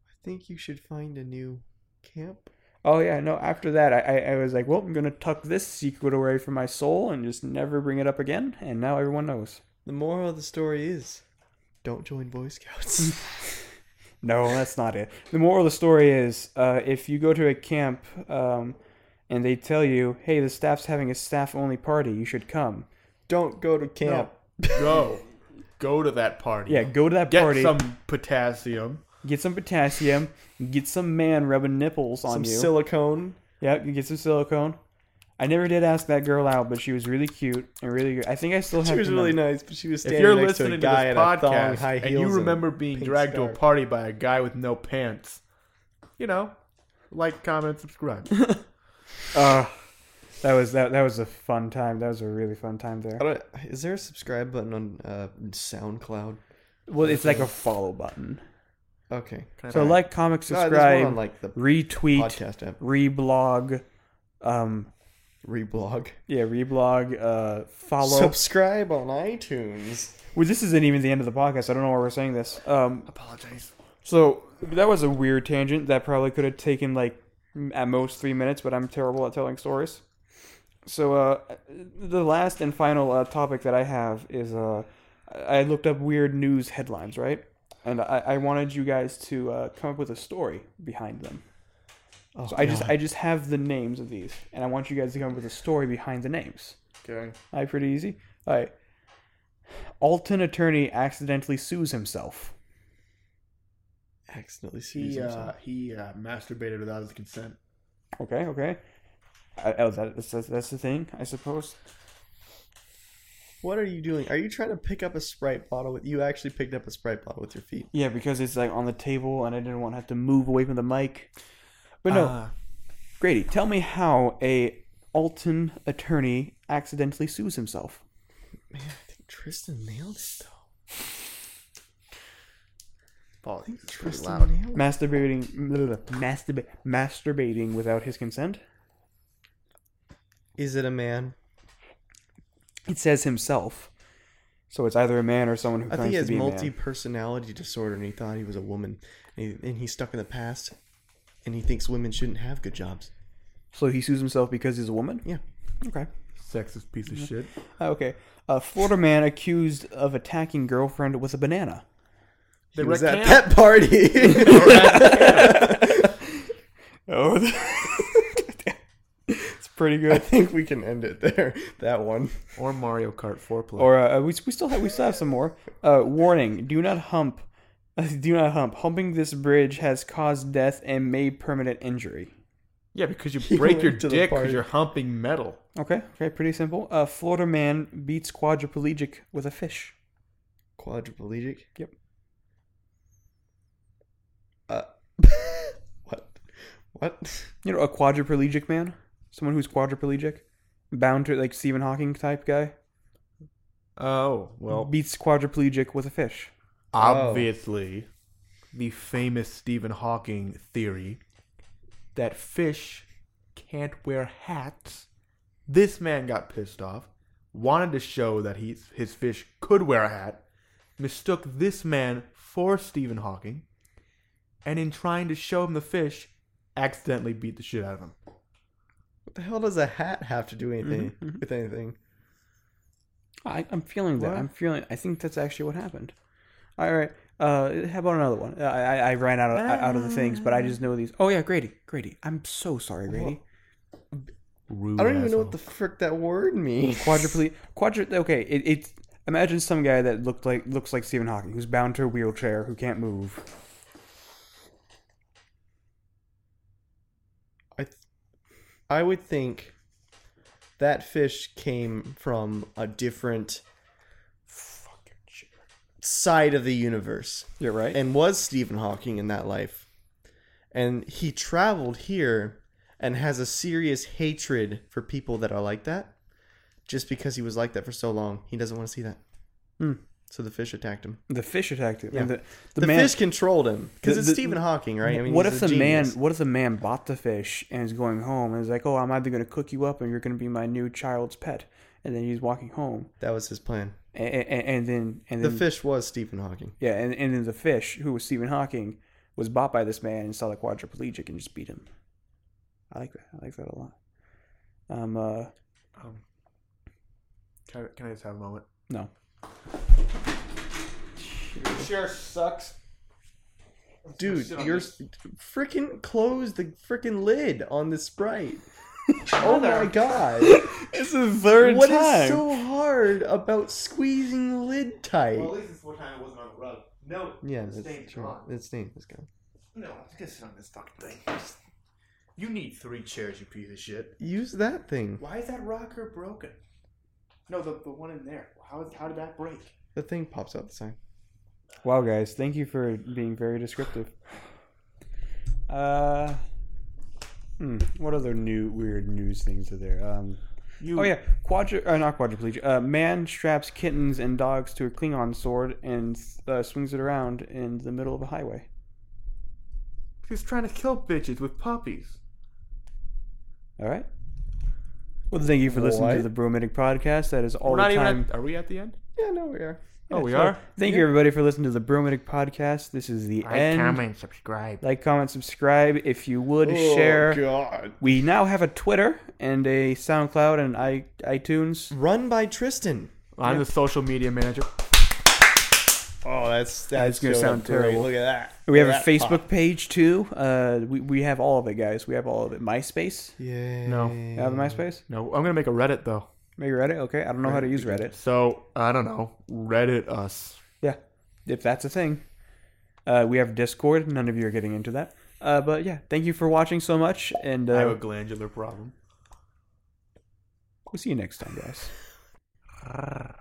I think you should find a new camp. Oh yeah, no. After that, I, I- I was like, well, I'm gonna tuck this secret away from my soul and just never bring it up again. And now everyone knows. The moral of the story is, don't join Boy Scouts. No, that's not it. The moral of the story is, uh, if you go to a camp um, and they tell you, "Hey, the staff's having a staff-only party. You should come." Don't go to camp. Go. Go to that party. Yeah, go to that Get party. some potassium. get some potassium. Get some man rubbing nipples on Some you. silicone. Yep, you get some silicone. I never did ask that girl out, but she was really cute and really good. I think I still have She was her really number. nice, but she was If standing you're next to a listening to, guy this in a thong, podcast high heels, and you remember being pink dragged to a scarf. party by a guy with no pants, you know, like, comment, subscribe. Uh, that was that, that was a fun time. That was a really fun time there. I don't, is there a subscribe button on uh, SoundCloud? Well, it's like a follow button. Okay, So like, comment, No, there's one subscribe, on like the retweet, podcast app, reblog, um, reblog, yeah, reblog, uh, follow. subscribe on iTunes. well, this isn't even the end of the podcast. I don't know why we're saying this. Um, apologize. So that was a weird tangent that probably could have taken like m- at most three minutes, but I'm terrible at telling stories. So uh, the last and final uh, topic that I have is uh, I I looked up weird news headlines, right? And I, I wanted you guys to uh, come up with a story behind them. Oh, So I just I just have the names of these, and I want you guys to come up with a story behind the names. Okay. All right, pretty easy. All right. Alton attorney accidentally sues himself. accidentally sees He uh, himself. he uh, masturbated without his consent. Okay, okay. I, oh, that, that's, that's, that's the thing, I suppose. What are you doing? Are you trying to pick up a Sprite bottle? With, you actually picked up a Sprite bottle with your feet. Yeah, because it's like on the table, and I didn't want to have to move away from the mic. But no, Ah. Uh, Grady, tell me how a Alton attorney accidentally sues himself. Man, I think Tristan nailed it though. Paul, I he's think pretty Tristan loud. nailed it. Masturbating, masturba- masturbating without his consent. Is it a man? It says himself, so it's either a man or someone who I claims think he to has be a man. multi personality disorder, and he thought he was a woman, and, he, and he's stuck in the past, and he thinks women shouldn't have good jobs. So he sues himself because he's a woman. Yeah, Okay. Uh, Sexist piece of shit. Okay. A Florida man accused of attacking girlfriend with a banana. They he was at recant. that party. Oh, it's pretty I good. think we can end it there. That one. or Mario Kart 4 play. Or uh, we, we still have we still have some more. Uh, warning: Do not hump. Do not hump. Humping this bridge has caused death and may permanent injury. yeah, because you He break went your to the dick because party. you're humping metal. Okay, okay, pretty simple. A Florida man beats quadriplegic with a fish. Quadriplegic. Yep. Uh, what? What? You know, a quadriplegic man, someone who's quadriplegic, bound to like Stephen Hawking type guy, Oh, well, beats quadriplegic with a fish. obviously, the famous Stephen Hawking theory that fish can't wear hats. This man got pissed off, wanted to show that he, his fish could wear a hat, mistook this man for Stephen Hawking, and in trying to show him the fish, accidentally beat the shit out of him. What the hell does a hat have to do anything with anything? I, I'm feeling that. What? I'm feeling. I think that's actually what happened. All right. Uh, how about another one? I, I, I ran out of out of the things, but I just know these. Oh yeah, Grady, Grady. I'm so sorry, Grady. Rude I don't even know what asshole. the frick that word means. Quadriplegic. Quadri. Okay. It, it's imagine some guy that looked like looks like Stephen Hawking, who's bound to a wheelchair, who can't move. I, th- I would think that fish came from a different side of the universe You're right. and was Stephen Hawking in that life. And he traveled here and has a serious hatred for people that are like that just because he was like that for so long. He doesn't want to see that. Hmm. So the fish attacked him. the fish attacked him. Yeah. And the the, The, man. fish controlled him because The- it's the- Stephen Hawking, right? I mean, what he's if a the genius. man? What if the man bought the fish and is going home and is like, "Oh, I'm either going to cook you up, or you're going to be my new child's pet," and then he's walking home, That was his plan. and, and, and then and The then fish was Stephen Hawking. Yeah, and, and then the fish, who was Stephen Hawking, was bought by this man and saw the quadriplegic and just beat him. I like that. I like that a lot. Um, uh, Um, can, I, can I just have a moment? no. Sure sucks. Dude, Sit on you're freaking close the freaking lid on this sprite. Oh my god. It's the third What time. is so hard about squeezing the lid tight? Well, at least this one time it wasn't on the rug. No, yeah, the that's stain's true. gone. It's stained. It's gone. No, just sit on this fucking thing. You need three chairs, you piece of shit. Use that thing. Why is that rocker broken? No, the, the one in there. How, how did that break? The thing pops out the side. Wow, guys, thank you for being very descriptive. Uh, hmm, what other new weird news things are there? Um, You, oh yeah, quadru uh, not quadriplegia. Uh, man straps kittens and dogs to a Klingon sword and uh, swings it around in the middle of a highway. He's trying to kill bitches with puppies. All right. Well, thank you for listening to What? the Bromidic podcast. That is all We're the not time. even. At, are we at the end? Yeah, no, we are. oh, we So, are. Thank you everybody for listening to the Bromidic podcast. This is the end. subscribe. Like, comment, subscribe if you would share. Oh, God. We now have a Twitter and a SoundCloud and i iTunes. Run by Tristan. I'm the social media manager. Oh, that's That's gonna showing sound up great. terrible. Look at that. We have Look a at that Facebook pop. page too. Uh, we, we have all of it, guys. We have all of it. MySpace. Yay. No. You have a MySpace? No, I'm gonna make a Reddit though. Maybe Reddit. Okay, I don't know how to use Reddit. So I don't know. Reddit us. Yeah, if that's a thing. Uh, we have Discord. None of you are getting into that. Uh, but yeah, thank you for watching so much, and I have a uh, glandular problem. we'll see you next time, guys.